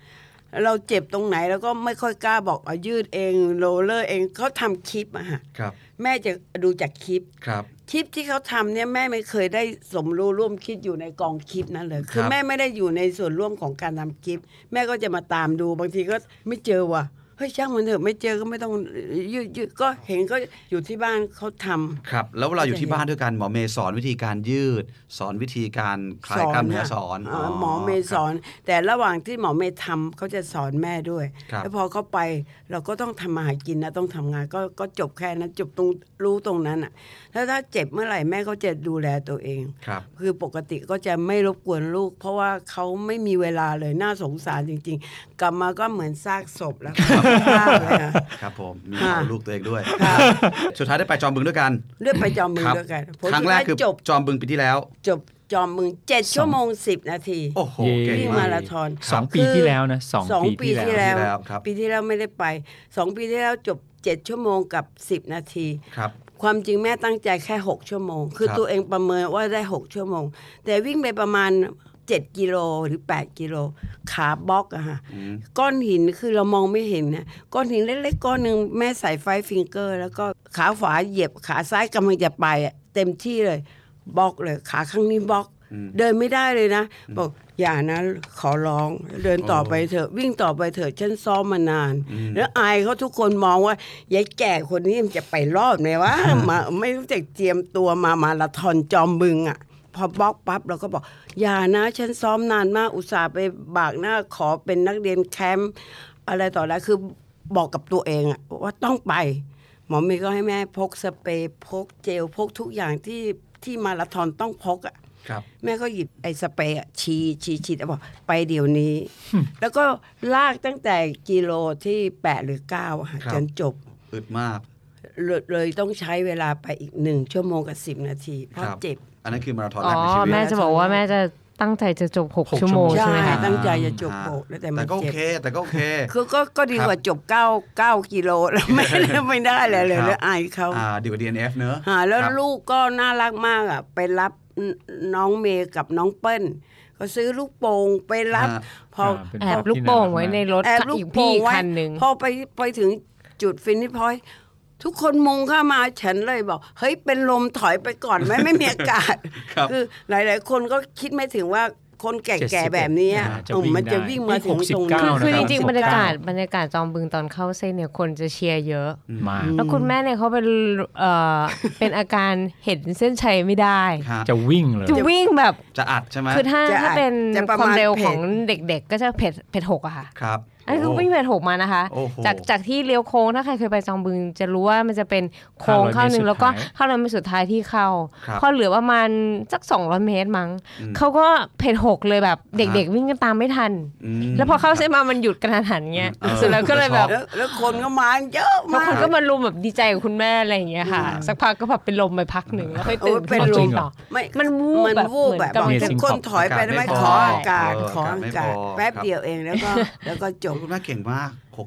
เราเจ็บตรงไหนแล้วก็ไม่ค่อยกล้าบอกเอายืดเองโรลเลอร์เองเขาทำคลิปอะฮะ
ครับ
แม่จะดูจากคลิป
ครับ
คลิปที่เขาทำเนี่ยแม่ไม่เคยได้สมรู้ร่วมคิดอยู่ในกองคลิปนั้นเลยคือ
ครับ
แม่ไม่ได้อยู่ในส่วนร่วมของการทำคลิป แม่ก็จะมาตามดูบางทีก็ไม่เจอว่ะเฮ้ยช่างมันเถอะไม่เจอก็ไม่ต้องยืดยืดก็เห็นก็อยู่ที่บ้านเขาทำ
ครับ แล้วเวลาอยู่ที่
ก็จะเห็น
บ้านด้วยกันหมอเมย์สอนวิธีการยืด สอนวิธีการคลายกล้ามเนื้อสอน
เหมอเมย์สอน แต่ระหว่างที่หมอเมย์ทำเขาจะสอนแม่ด้วย
ครับ
แล้วพอเขาไปเราก็ต้องทำมาหากินนะต้องทำงานก็ก็จบแค่นั้นจบตรงรู้ตรงนั้นอ่ะถ้าถ้าเจ็บเมื่อไหร่แม่ก็จะดูแลตัวเอง
ครับ
คือปกติก็จะไม่รบกวนลูก เพราะว่าเขาไม่มีเวลาเลยน่าสงสารจริง ๆ กลับมาก็เหมือนซากศพแล้วก็ฆ่าเลยอะ
ครับผม มี
ค่ะ
เอาลูกตัวเองด้วย
ค่ะ
สุดท้ายได้ไปจอมบึงด้วยกัน
เลือกไปจอมมึง
ครับ
ด้วยกันผล
ครั้งแรกคือ
สุดท้ายจบ
จอมบึงปีที่แล้ว
จบจอมมึงเจ็ดชั่วโมงสิบนาที
โอ้โห
เย้
เก่ง
วิ่
มาม
งาก ราธอน
สองปี
คือ
ที่แล้วนะสอง
สอง
ปี
ปี
ที่
ที่
แล้ว
ปีที่
แล้ว
แล้วครับ
ปีที่แล้วไม่ได้ไปสองปีที่แล้วจบเจ็ดชั่วโมงกับสิบนาที
ครับ
ความจริงแม่ตั้งใจแค่ 6 ชั่วโมง คือ
ครับ
ตัวเองประเมินว่าได้ 6 ชั่วโมง แต่วิ่งไปประมาณ 7 กิโลหรือ 8 กิโล ขาบล็อกอะฮะ
อืม
ก้อนหินคือเรามองไม่เห็นนะก้อนหินเล็กๆ ก้อนหนึ่งแม่ใส่ไฟฟิงเกอร์ แล้วก็ขาขวาเหยียบขาซ้ายกำลังจะไปอะเต็มที่เลยบล็อกเลย ขาข้างนี้บล็อก
อืม
เดินไม่ได้เลยนะ บอกอย่านะขอร้อง เดินต่อไปเถอะวิ่งต่อไปเถอะฉันซ้อมมานาน
อืม
แล้วอายเขาทุกคนมองว่ายายแก่คนนี้มันจะไปรอดไหม วะ มาไม่รู้จักเตรียมตัวมามาราธอนจอมบึงอ่ะ พอบล็อกปั๊บเราก็บอก อย่านะฉันซ้อมนานมากอุตส่าห์ไปบากหน้าขอเป็นนักเรียนแคมป์อะไรต่ออะไรคือบอกกับตัวเองอะว่าต้องไป หมอเมย์ก็ให้แม่พกสเปรย์พกเจลพกทุกอย่างที่ที่มาราธอนต้องพกอะ
ครับ
แม่ก็หยิบไอ้สเปรย์อะฉีฉีฉีดแล้วบอกไปเดี๋ยวนี้ แล้วก็ลากตั้งแต่กิโลที่แปดหรือเก้าอะค่ะ
ครับ
จนจบ
อึดมาก
เลยเลยต้องใช้เวลาไปอีกหนึ่งชั่วโมงกับสิบนาที เพราะ
ครับ
เจ็บ
อันนั้นคือมาราธอน
อ๋
แรก
อ
ในชีวิต
แม่จะบอกว่าแม่จะตั้งใจจะจบ
หก
6 ชั่วโมง
ชั่วโมง
ใช่ไหม
ใช่
คะ
ตั้งใจจะจบ
อ่า
โบกแล้วแต่มั
แต่
น
ก็โอ
เจ็บ
เค แต่ก็โอเค
คือก็ก็ดีกว่าจบเก้าเก้ากิโลแล้วไม่ได้ไม่ได้เลยเลย
ครับ
แล้วอายเขา
อ่าดีกว่า DNF เนอะ
หาแล้ว
ครับ
ลูกก็น่ารักมากอ่ะไปรับนน้องเมย์กับน้องเปิ้ลก็ซื้อลูกโป่งไปรับ
อ่า
พอ
อ่าเป็น
แอบลูกโป่งไว้ในรถ
แอบลู
อี
ก
ก
โป่
พี่
งไว้
คันหนึ่ง
พอไปไปถึงจุดฟินิชพอยต์ทุกคนมุงเข้ามาฉันเลยบอก เฮ้ย เป็นลมถอยไปก่อนไหม ไม่มีอากาศ
ครับ
อหลาย ๆ คนก็คิดไม่ถึงว่าคนแก่ๆแบบนี้อะ
อ่าจะ
อืม
วิ่ง
มันจะ
ได้
วิ่งมาถึงตรง
หกสิบเก้
นั้
คื
น
อานะค
อคือจ
รับ
ริง
สิบ
ๆบรรยากาศ
เก้า
บรรยากาศจอมบึงตอนเข้าเส้นเนี่ยคนจะเชียร์เยอะ
มา
แล้วคุณแม่เนี่ยเขาเป็นเอ่อ เป็นอาการเห็นเส้นชัยไม่ได้
ฮะ
จะวิ่งเลย
จะวิ่งแบบ
จะอัดใช่ไหม
คือถ้า
จะ
ถ้าเป็น
จะประ
ค
มาณ
วามเร็ว
เผ็
ข
ด
องเด็กๆ ก็จะเผ็ดเผ็ดหกอะค่ะ
ครับ
อันนี้คือวิ่งเผ็ดหกมานะคะ
โอ้โห
จากจากที่เลี้ยวโค้งถ้าใครเคยไปจอมบึง จะรู้ว่ามันจะเป็นโค้งเข้าหนึ่งแล้วก็เข้าเรสุดท้ายที่เข้า
ครับ
พอเหลือประมาณสัก 200 เมตรมั้ง
อืม
เขาก็เพจหกเลยแบบเด็กๆ วิ่งกันตามไม่ทัน
ม
แล้วพอเข้าเส้นมามันหยุดกระทันหันเงี้ย
เออ
เสร็จแล้วก็เลยแบบ
แล้วแล้วคนก็มาเยอะ
ทุก
มา
ค
ก
นก็มารุมแบบดีใจกับคุณแม่อะไรอย่างเงี้ยค่ะ
อืม
สักพักก็แบบเป็นลมไปพักหนึ่งแล้วค่อย
โอ้
ตื่
ย
น
เป็น
ขึ้า
ลม
ต่อ
ไม่
มันวูบ
มัน
แบบ
วูบแบบ
เหมือนกำ
บอก
ลัง
ทุกคน
จะ
ถอยไปได้ไหมขออากาศ
เออ
ขออากาศ
อากาศไม่พอ
แป๊บเดียวเองแล้วก็แล้วก็จบ
คุณแม่เก่งมาก
คุณ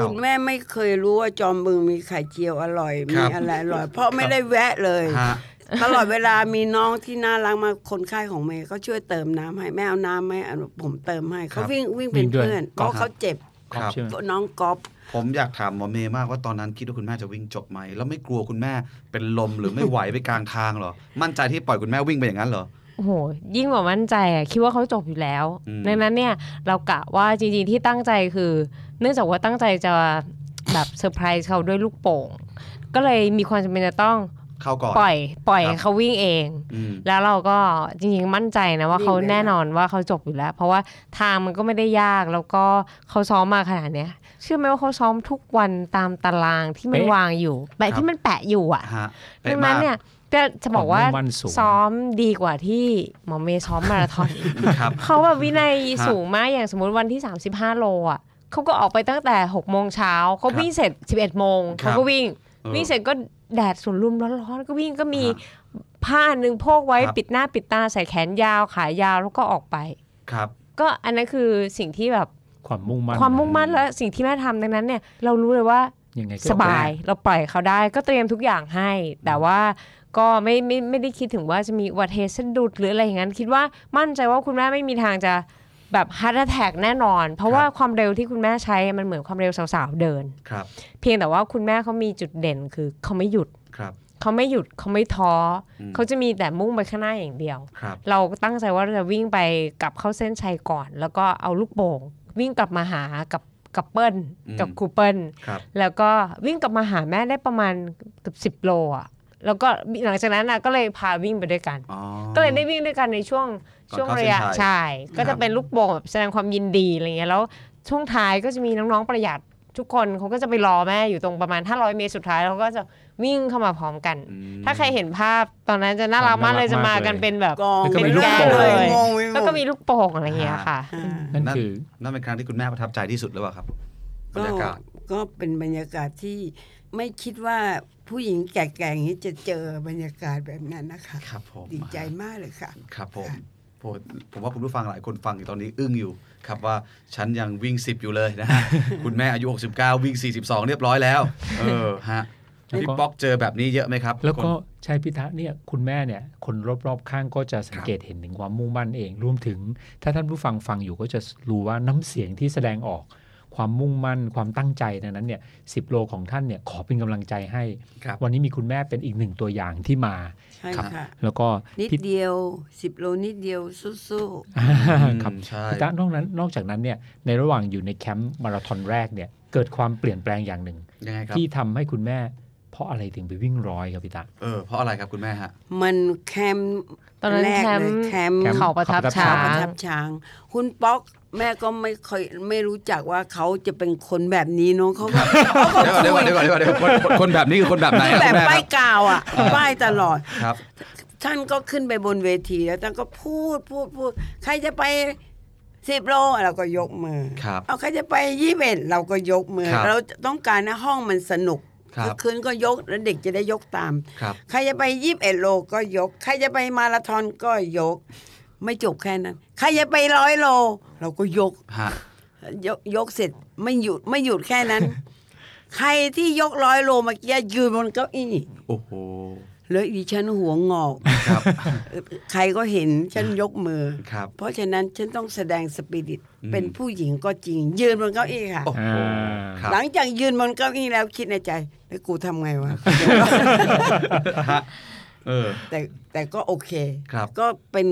69
แม่ไม่เคยรู้ว่าจอมบึงมีไข่เจียวอร่อย
ครั
มี
บ
อะไรอร่อย เพราะไม่ได้แวะเลย
ฮะ
ตลอดเวลามีน้องที่น่ารักมากคนไข้ของเมย์ก็ช่วยเติมน้ำให้แม่เอาน้ำไหมอ่ะผมเติมให้เขา
ครับ
วิ่งวิ่งเป็
วิ่
น
งด้วย
เพื่อนเพ
ก๊อฟ
ราะเขาเจ็บ
ครับ
ใช่ไหม
น้องก๊อฟ
ผมอยากถามหมอเมย์มากว่าตอนนั้นคิดว่าคุณแม่จะวิ่งจบไหม แล้วไม่กลัวคุณแม่เป็นลมหรือไม่ไหว ไปกลางทางเหรอ มั่นใจที่ปล่อยคุณแม่วิ่งไปอย่างนั้นเหรอ
โอ้โหยิ่งกว่ามั่นใจอะคิดว่าเขาจบอยู่แล้ว
อืม
ดังนั้นเนี่ยเรากะว่าจริงๆที่ตั้งใจคือ เนื่องจากว่าตั้งใจจะแบบเซอร์ไพรส์เขาด้วยลูกโป่ง ก็เลยมีความจำเป็นจะต้อง
เข้าก่อน
ปล่อย ปล่อย
ครับ
ให้เขาวิ่งเอง
อืม
แล้วเราก็จริงๆมั่นใจนะว่าเขาแน่นอนว่าเขาจบอยู่แล้ว เพราะว่าทางมันก็ไม่ได้ยากแล้วก็เขาซ้อมมาขนาดเนี้ยเชื่อไหมว่าเขาซ้อมทุกวันตามตารางที่มัน
เป๊ะ
วางอยู่
ค
แปะ
รับ
ที่มันแปะอยู่อ่ะ
ฮะ
ดั
เป๊ะ
ง
มา
นั้น
ก
เนี่ยจะจะบอกว่า
ความมุ่งมั่นสูง
ซ้อมดีกว่าที่หม อเมย์ซ้อมมาราธอนอีก
ครับ
เขาแบบวินัย
ฮะ
สูงมากอย่างสมมติวันที่ 35 โลอ่ะ เขาก็ออกไปตั้งแต่6กโมงเช้าเขา
ครับ
วิ่งเสร็จ 11โมง
ครั
เขา
บ
ก็วิ่ง
เออ
วิ่งเสร็จก็แดดสุนลุมร้อนๆก็วิ่งก็มี
ฮะ
ผ้าหนึ่งโพกไว้
ครับ
ปิดหน้าปิดตาใส่แขนยาวขายาวแล้วก็ออกไป
ครับ
ก็อันนั้นคือสิ่งที่แบบ
ความมุ่งมั่น
ความมุ่งมั่นและสิ่งที่แม่ทำดังนั้นเนี่ยเรารู้เลยว่า
ยังไงก็
สบายเราปล่อยเขาได้ก็เตรียมทุกอย่างให้ แต่ว่าก็ไม่ไม่ไม่ได้คิดถึงว่าจะมีอุบัติเหตุสะดุดหรืออะไรอย่างนั้น คิดว่ามั่นใจว่าคุณแม่ไม่มีทางจะแบบฮาร์ดแท็กแน่นอน เพราะว่าความเร็วที่คุณแม่ใช้มันเหมือนความเร็วสาวๆเดิน
ครับ
เพียงแต่ว่าคุณแม่เขามีจุดเด่นคือเขาไม่หยุด
ครับ
เขาไม่หยุดเขาไม่ท้ออ
ม
เขาจะมีแต่มุ่งไปข้างหน้าอย่างเดียว
ครับ
เราตั้งใจว่าเราจะวิ่งไปกลับเข้าเส้นชัยก่อน แล้วก็เอาลูกโป่งวิ่งกลับมาหากับกับเปิ้ล
อืม
กับครูเปิ้ล
ครับ
แล้วก็วิ่งกลับมาหาแม่ได้ประมาณเกือบสิบ10 โลอ่ะ แล้วก็หลังจากนั้นนะก็เลยพาวิ่งไปด้วยกัน
อ๋อ
ก็เลยได้วิ่งด้วยกันในช่วง
ก่อน
ช่วง
เข้า
ระยะ
เส้นชัย
ใช่
ค
ก็
รั
จะ
บ
เป็นลูกโป่งแบบแสดงความยินดีอะไรเงี้ยแล้วช่วงท้ายก็จะมีน้องๆประหยัดทุกคนเขาก็จะไปรอแม่อยู่ตรงประมาณ 500 เมตรสุดท้ายแล้วเขาก็จะวิ่งเข้ามาพร้อมกัน
อืม
ถ้าใครเห็นภาพตอนนั้นจะน่ารักมากเลยจะมากันเป็นแบบ
กอง
แล้วก็มี
เป็น
ลูก
แม่
โป่ง
เลยงงไปหมด
แล้วก็มีลูกโป่งอะไรเงี้ยค่ะ
อ่า
นั่นคือ
นั่นเป็นครั้งที่คุณแม่ประทับใจที่สุดหรือเปล่าครับบร
ก็
รยากาศ
ก็เป็นบรรยากาศที่ไม่คิดว่าผู้หญิงแก่ๆอย่างนี้จะเจอบรรยากาศแบบนั้นนะคะ
ครับผม
ดีใจมากเลยค่ะ
ครับผมผมผมว่าคุณผู้ฟังหลายคนฟังอยู่ตอนนี้อึ้งอยู่ ครับว่าฉันยังวิ่ง 10 อยู่เลย นะฮะ คุณแม่อายุ 69 วิ่ง 42 เรียบร้อยแล้ว เออฮะ
แล้วก็
พี่ป๊อกเจอแบบนี้เยอะไหมครับ
แล้วก็
คน
ใช่พิทะเนี่ยคุณแม่เนี่ยคนรอบๆข้างก็จะสังเกตเห็นถึงความมุ่งมั่นเองรวมถึง ถ้าท่านผู้ฟังฟังอยู่ก็จะรู้ว่าน้ำเสียงที่แสดงออก ความมุ่งมั่นความตั้งใจดังนั้นเนี่ยสิโลของท่านเนี่ยขอเป็นกำลังใจให้
ครับ
วันนี้มีคุณแม่เป็นอีกหนึ่งตัวอย่างที่มา
ใช่
ครับ
ค่ะ
แล้วก็
นิด
พิ
เดียวสิบโลนิดเดียวสู้
อืม
ครับ
ใช่
พิตะนอกนั้นนอกจากนั้นเนี่ยในระหว่างอยู่ในแคมป์มาราธอนแรกเนี่ยเกิดความเปลี่ยนแปลงอย่างหนึ่ง
ยังไงครับ
ที่ทำให้คุณแม่ เพราะอะไรถึงไปวิ่งร้อยครับพิตะ
เออเพราะอะไรครับคุณแม่ฮะ
ๆ มันแคมป์
ตอนนั้น
แรก
แค
เล
ม
ย
ป์
แคมป์
แคมป์
เขาประทับ
เขาประทับ
เขาประ
ช้าง
ทับช้าง คุณป๊อกแม่ก็ไม่เคยไม่รู้จักว่าเขาจะเป็นคนแบบนี้เนอะเขาก็เขาก็
เดี๋ยวก่อน
คุ
เดี๋ยวย ก่อนเดี๋ยวก่อนเดี๋ยวก่อนเดี๋ยวก่อนคนคนแบบนี้คือคนแบบไหนอะ
แบ
คุณ
บ
แม่
ป้ายกาวอ่ะป้ายตลอด
ครับ
ท่านก็ขึ้นไปบนเวทีแล้วท่านก็พูดพูดพูด ใครจะไปสิบโลเราก็ยกมือ
ครับ
เอาใครจะไปยี่สิบเอ็ดเราก็ยกมือ
ครับ
เราต้องการให้ห้องมันสนุก
ครับ
กคืนก็ยกแล้วเด็กจะได้ยกตาม
ครับ
ใครจะไปยี่สิบเอ็ดโลก็ยก ใครจะไปมาราธอนก็ยก ไม่จบแค่นั้น ใครจะไปร้อยโล เราก็ยก
ฮะ
ยกยกเสร็จไม่หยุดไม่หยุดแค่นั้น ใครที่ยกร้อยโลเมื่อกี้ยืนบนเก้าอี้
โอ้โห
เลยดิฉันหัวงอก
ครับ
ใครก็เห็นฉันยกมือ
ครับ
เพราะฉะนั้นฉันต้องแสดงสปิริต
อืม
เป็นผู้หญิงก็จริง ยืนบนเก้าอี้ค่ะ
โอ้โห ครับ
หลังจากยืนบนเก้าอี้แล้วคิดในใจแล้วกูทำไงวะ
ฮะเออ
แต่แต่ก็โอเค
ครับ
ก็เป็น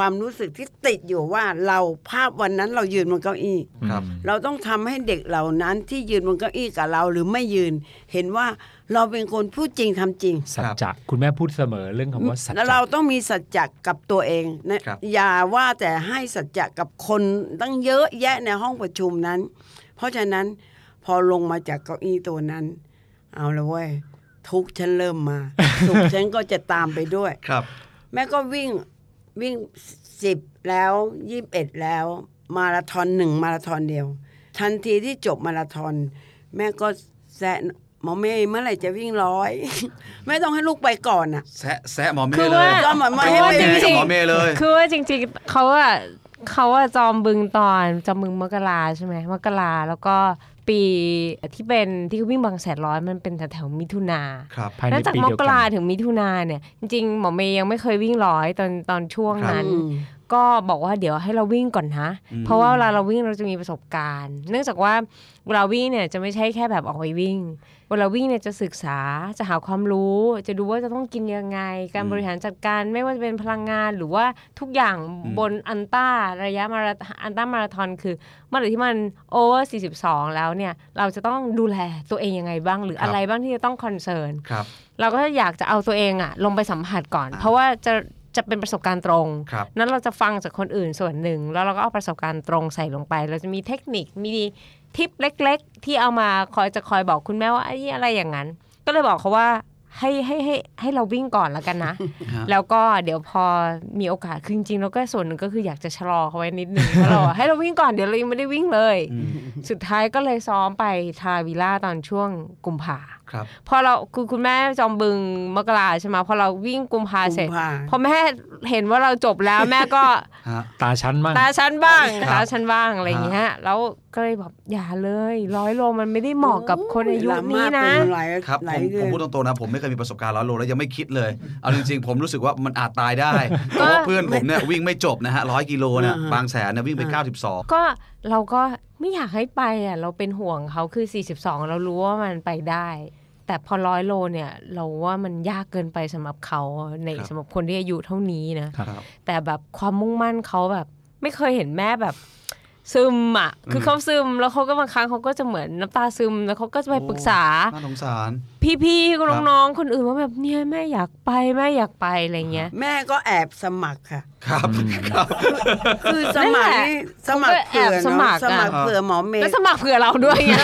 ความรู้สึกที่ติดอยู่ว่าเราภาพวันนั้นเรายืนบนเก้าอี้
ครับ
เราต้องทำให้เด็กเหล่านั้นที่ยืนบนเก้าอี้กับเราหรือไม่ยืน เห็นว่าเราเป็นคนพูดจริงทำจริง
สัจจะคุณแม่พูดเสมอเรื่องคำว่าสัจ
แล้ว
จะ
เราต้องมีสัจจะกับตัวเองนะครับ อย่าว่าแต่ให้สัจจะกับคนตั้งเยอะแยะในห้องประชุมนั้น เพราะฉะนั้นพอลงมาจากเก้าอี้ตัวนั้น เอาละเว้ยทุกข์ฉันเริ่มมา สุขฉันก็จะตามไปด้วย
ครับ
แม่ก็วิ่งวิ่งสิบแล้วยี่สิบเอ็ดแล้ว มาราธอนหนึ่งมาราธอนเดียว ทันทีที่จบมาราธอนแม่ก็แซะหมอเมย์เมื่อไหร่จะวิ่งร้อย แม่ต้องให้ลูกไปก่อนอ่ะ
แซะแซะหมอเม
คือ
ย์เล
ว่าย
ก็เหมือนมา
คือว่า
ให้
จ
ไป
ริง
หมอเมย์เลย
ๆคือว่าจริงๆเขาอะเขาอะจอมบึงตอนจอมบึงมกราใช่ไหมมกราแล้วก็ปีที่เป็นที่เขาวิ่งบางแสนร้อยมันเป็นแถวๆมิถุนา
ครับ
ภายใน
ตั้งจาก
ปี
ม
เดียว
ก
กั
ราน ถึงมิถุนาเนี่ยจริงๆหมอเมย์ยังไม่เคยวิ่งร้อยตอนตอนช่วงนั้น
อืม
ก็บอกว่าเดี๋ยวให้เราวิ่งก่อนนะ
อืม
เพราะว่าเวลาเราวิ่งเราจะมีประสบการณ์ เนื่องจากว่าเวลาวิ่งเนี่ยจะไม่ใช่แค่แบบออกไปวิ่ง เวลาวิ่งเนี่ยจะศึกษาจะหาความรู้ จะดูว่าจะต้องกินยังไง การบริหารจัดการไม่ว่าจะเป็นพลังงานหรือว่าทุกอย่างบนอันต้าระยะมาราธอันต้ามาราธอนคือเมื่อไหร่ที่มันโอเวอร์42 แล้วเนี่ยเราจะต้องดูแลตัวเองยังไงบ้าง หรืออะไรบ้างที่จะต้องคอนเซิร์น
ครับ
เราก็อยากจะเอาตัวเองอะลงไปสัมผัสก่อน
อ่า
เพราะว่าจะจะเป็นประสบการณ์ตรง
ครับ
นั้นเราจะฟังจากคนอื่นส่วนหนึ่ง แล้วเราก็เอาประสบการณ์ตรงใส่ลงไป เราจะมีเทคนิคมีทิปเล็ก ๆ ที่เอามาคอยจะคอยบอกคุณแม่ว่าไอ้ยอะไรอย่างนั้น ก็เลยบอกเขาว่า ให้ให้ให้ให้เราวิ่งก่อนแล้วกันนะ
ฮะ
แล้วก็เดี๋ยวพอมีโอกาสคือจริงๆเราก็ส่วนหนึ่งก็คืออยากจะชะลอเขาไว้นิดนึง เพราะเราอะให้เราวิ่งก่อนเดี๋ยวเรายังไม่ได้วิ่งเลย
อืม
สุดท้ายก็เลยซ้อมไปทาวิลล่าตอนช่วงกุมภา
ครับ
พอเราคือคุณแม่จอมบึงมกราใช่ไหมพอเราวิ่งกุมภาเสร็จ
กุมภา
พอแม่เห็นว่าเราจบแล้วแม่ก็
ฮะ
ตาชั้นมั่ง
ตาฉันบ้าง
ครับ
ตาฉันบ้างอะไรอย่างเงี้ยแล้วก็เลยแบบอย่าเลย ร้อยโลมันไม่ได้เหมาะกับคนอายุ
ลาม
นี้
มาก
นะ
เป็หลาย
ครับ
ห
ผ
ลาย
ม
เดื
ผ
อ
ม
น
พูดตรงๆนะ ผมไม่เคยมีประสบการณ์ร้อยโลแล้วยังไม่คิดเลย เอาจริงๆ ผมรู้สึกว่ามันอาจตายได้เพราะว่าเพื่อนผมเนี่ยวิ่งไม่จบนะฮะร้อยกิโลเนี่ย
อ่าฮะ
บางแสนเนี่ยวิ่งไป 92
ก็เราก็ไม่อยากให้ไปอ่ะเราเป็นห่วงเขาคือ 42 เรารู้ว่ามันไปได้ แต่พอร้อยโลเนี่ย เราว่ามันยากเกินไปสำหรับเขาใน
ครับ
สำหรับคนที่อายุเท่านี้นะ
ครับ
แต่แบบความมุ่งมั่นเขาแบบ ไม่เคยเห็นแม่แบบ ซึมอ่ะ คือเขาซึมแล้วเขาก็บางครั้งเขาก็จะเหมือนน้ำตาซึมแล้วเขาก็จะไปปรึกษา
น่าสงสาร
พี่ๆก็
ครับ
น้องๆ คนอื่นว่าแบบเนี่ยแม่อยากไปแม่อยากไปอะไรเงี้ย
แม่ก็แอบสมัครค่ะ
ครับครับ
คือสมัครนี่สมัครเผื่อ
ผมก็แอบสมั
เนาะ
ครอะ
สมัครเผื่อหมอเมย์
แล้วสมัครเผื่อเราด้วยไง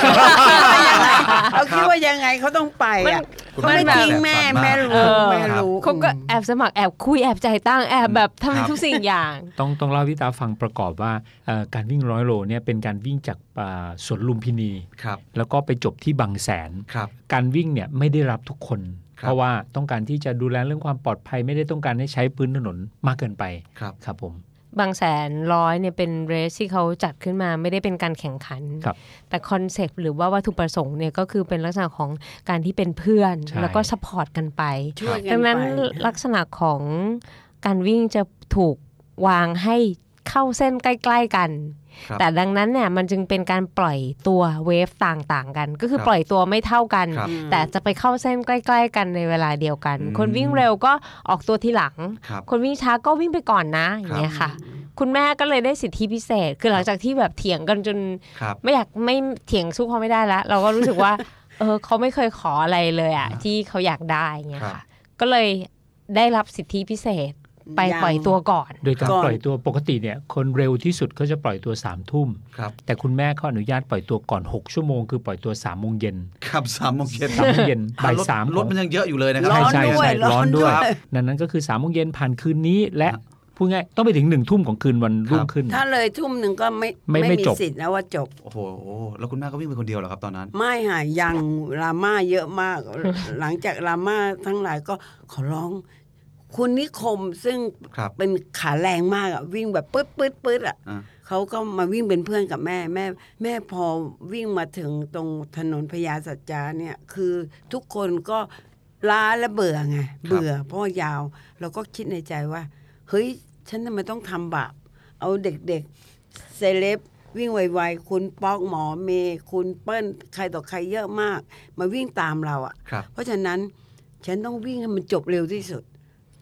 เขาคิดว่ายังไงเขาต้องไปอ่ะ
มัน
เขาไม่
มันแบบ
ทิ้งแม่แม่
เอ
รู้
อ
แม่รู้
เขาก็แอบสมัครแอบคุยแอบใจายตั้งค์แอบแบบทำให้ทุกสิ่งอย่าง
ต้องต้องเล่าให้พี่ตาฟังประกอบว่าเอ่อการวิ่งร้อยโลเนี่ยเป็นการวิ่งจากอ่าสวนลุมพินี
ครับ
แล้วก็ไปจบที่บางแสน
ครับ
การวิ่งเนี่ยไม่ได้รับทุกคน
ครับ
เพราะว่าต้องการที่จะดูแลเรื่องความปลอดภัย ไม่ได้ต้องการให้ใช้พื้นถนนมากเกินไป
ครับ
ครับผม
บางแสนร้อยเนี่ยเป็นเรสที่เขาจัดขึ้นมาไม่ได้เป็นการแข่งขัน
ครับ
แต่คอนเซปต์หรือว่าวัตถุประสงค์เนี่ยก็คือเป็นลักษณะของการที่เป็นเพื่อน
ใช่
แล้วก็สปอร์ตกันไป
ช่วยกั
ดั
น
ง
ไป
นั้นลักษณะของการวิ่งจะถูกวางให้เข้าเส้นใกล้ ๆกัน
ครับ
แต่ดังนั้นเนี่ยมันจึงเป็นการปล่อยตัวเวฟต่างๆกัน ก็คือ
ครับ
ปล่อยตัวไม่เท่ากัน
ครับ
แต่จะไปเข้าเส้นใกล้ ๆ กันในเวลาเดียวกัน
อืม
คนวิ่งเร็วก็ออกตัวทีหลัง
ครับ
คนวิ่งช้าก็วิ่งไปก่อนนะอย่างเงี้ยค่ะ คุณแม่ก็เลยได้สิทธิพิเศษ คือหลังจากที่แบบเถียงกันจน
ครับ
ไม่อยากไม่เถียงสู้เขาไม่ได้แล้วเราก็รู้สึก ว่า เออเขาไม่เคยขออะไรเลยอะที่เขาอยากได้อย่างเงี้ย
ครั
ค่ะ
บ
ก็เลยได้รับสิทธิพิเศษไปปล่อยตัวก่อน
โดยการ
ก่อน
ปล่อยตัวปกติเนี่ยคนเร็วที่สุดเขาจะปล่อยตัว3ามทุ่ม
ครับ
แต่คุณแม่เขาอนุญาตปล่อยตัวก่อน 6 ชั่วโมง คือปล่อยตัว3ามโมงเย็น
ครับสามโมงเย็น
สามโมงเย็นบ่าย
รถ
สาม
รถมันยังเยอะอยู่เลยนะครั
ร้
ใช่
อน
ใช่
ด้วย
ใช่
ร้
ร้อ
อนน
ด้
ด้
ว
วย ย
นั่นนั้นก็คือ3ามโมงเย็นผ่านคืนนี้และพูดง่ายต้องไปถึงหนึ่งทุ่มของคืนวันรุ่งขึ้น
ถ้าเลยทุ่มหนึ่งก็ไม่
ไม่ไม่
ไม่มี
จบ
สิทธิ์นะว่าจบ
โอ้โห แล้วคุณแม่ก็วิ่งไปคนเดียวเหรอครับตอนนั้น
ไม่หายยังราม่าเยอะมาก หลังจากราม่าทั้งหลายก็ขอร้อง คุณนิคมซึ่ง
ครับ
เป็นขาแรงมากอะวิ่งแบบปื๊ดปื๊ดปื๊ดอะ
อ่ะ
เขาก็มาวิ่งเป็นเพื่อนกับแม่แม่ แม่พอวิ่งมาถึงตรงถนนพญาสัจจาเนี่ย คือทุกคนก็ล้าและเบื่อไงเบื่อเพราะว่ายาวเราก็คิดในใจว่า เฮ้ย ฉันทำไมต้องทำบาป เอาเด็กๆ เซเลบวิ่งไวๆ คุณป๊อกหมอเมย์คุณเปิ้ลใครต่อใครเยอะมาก มาวิ่งตามเราอะ
ครับ
เพราะฉะนั้นฉันต้องวิ่งให้มันจบเร็วที่สุด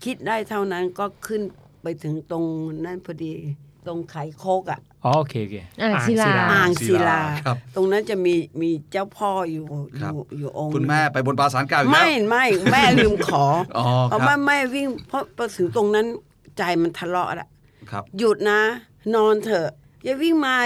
คิดได้เท่านั้นก็ขึ้นไปถึงตรงนั้นพอดีตรงไขโคกอะ
อ๋อโอเคโอเค
อ่างศิลา
อ่างศิลา
ครับ
ตรงนั้นจะมีมีเจ้าพ่ออยู่อ
ครับ
ยู่อยู่องค์
คุณแม่ไปบนปราสาทเก่าอีกแล้ว
ไม่ไม่แม่ลืมขอ
อ๋อค
เพราะ
รั
ว่า
บ
แม่วิ่งเพราะพอถึงตรงนั้นใจมันทะเลาะละ
ครับ
หยุดนะ นอนเถอะอย่าวิ่งมา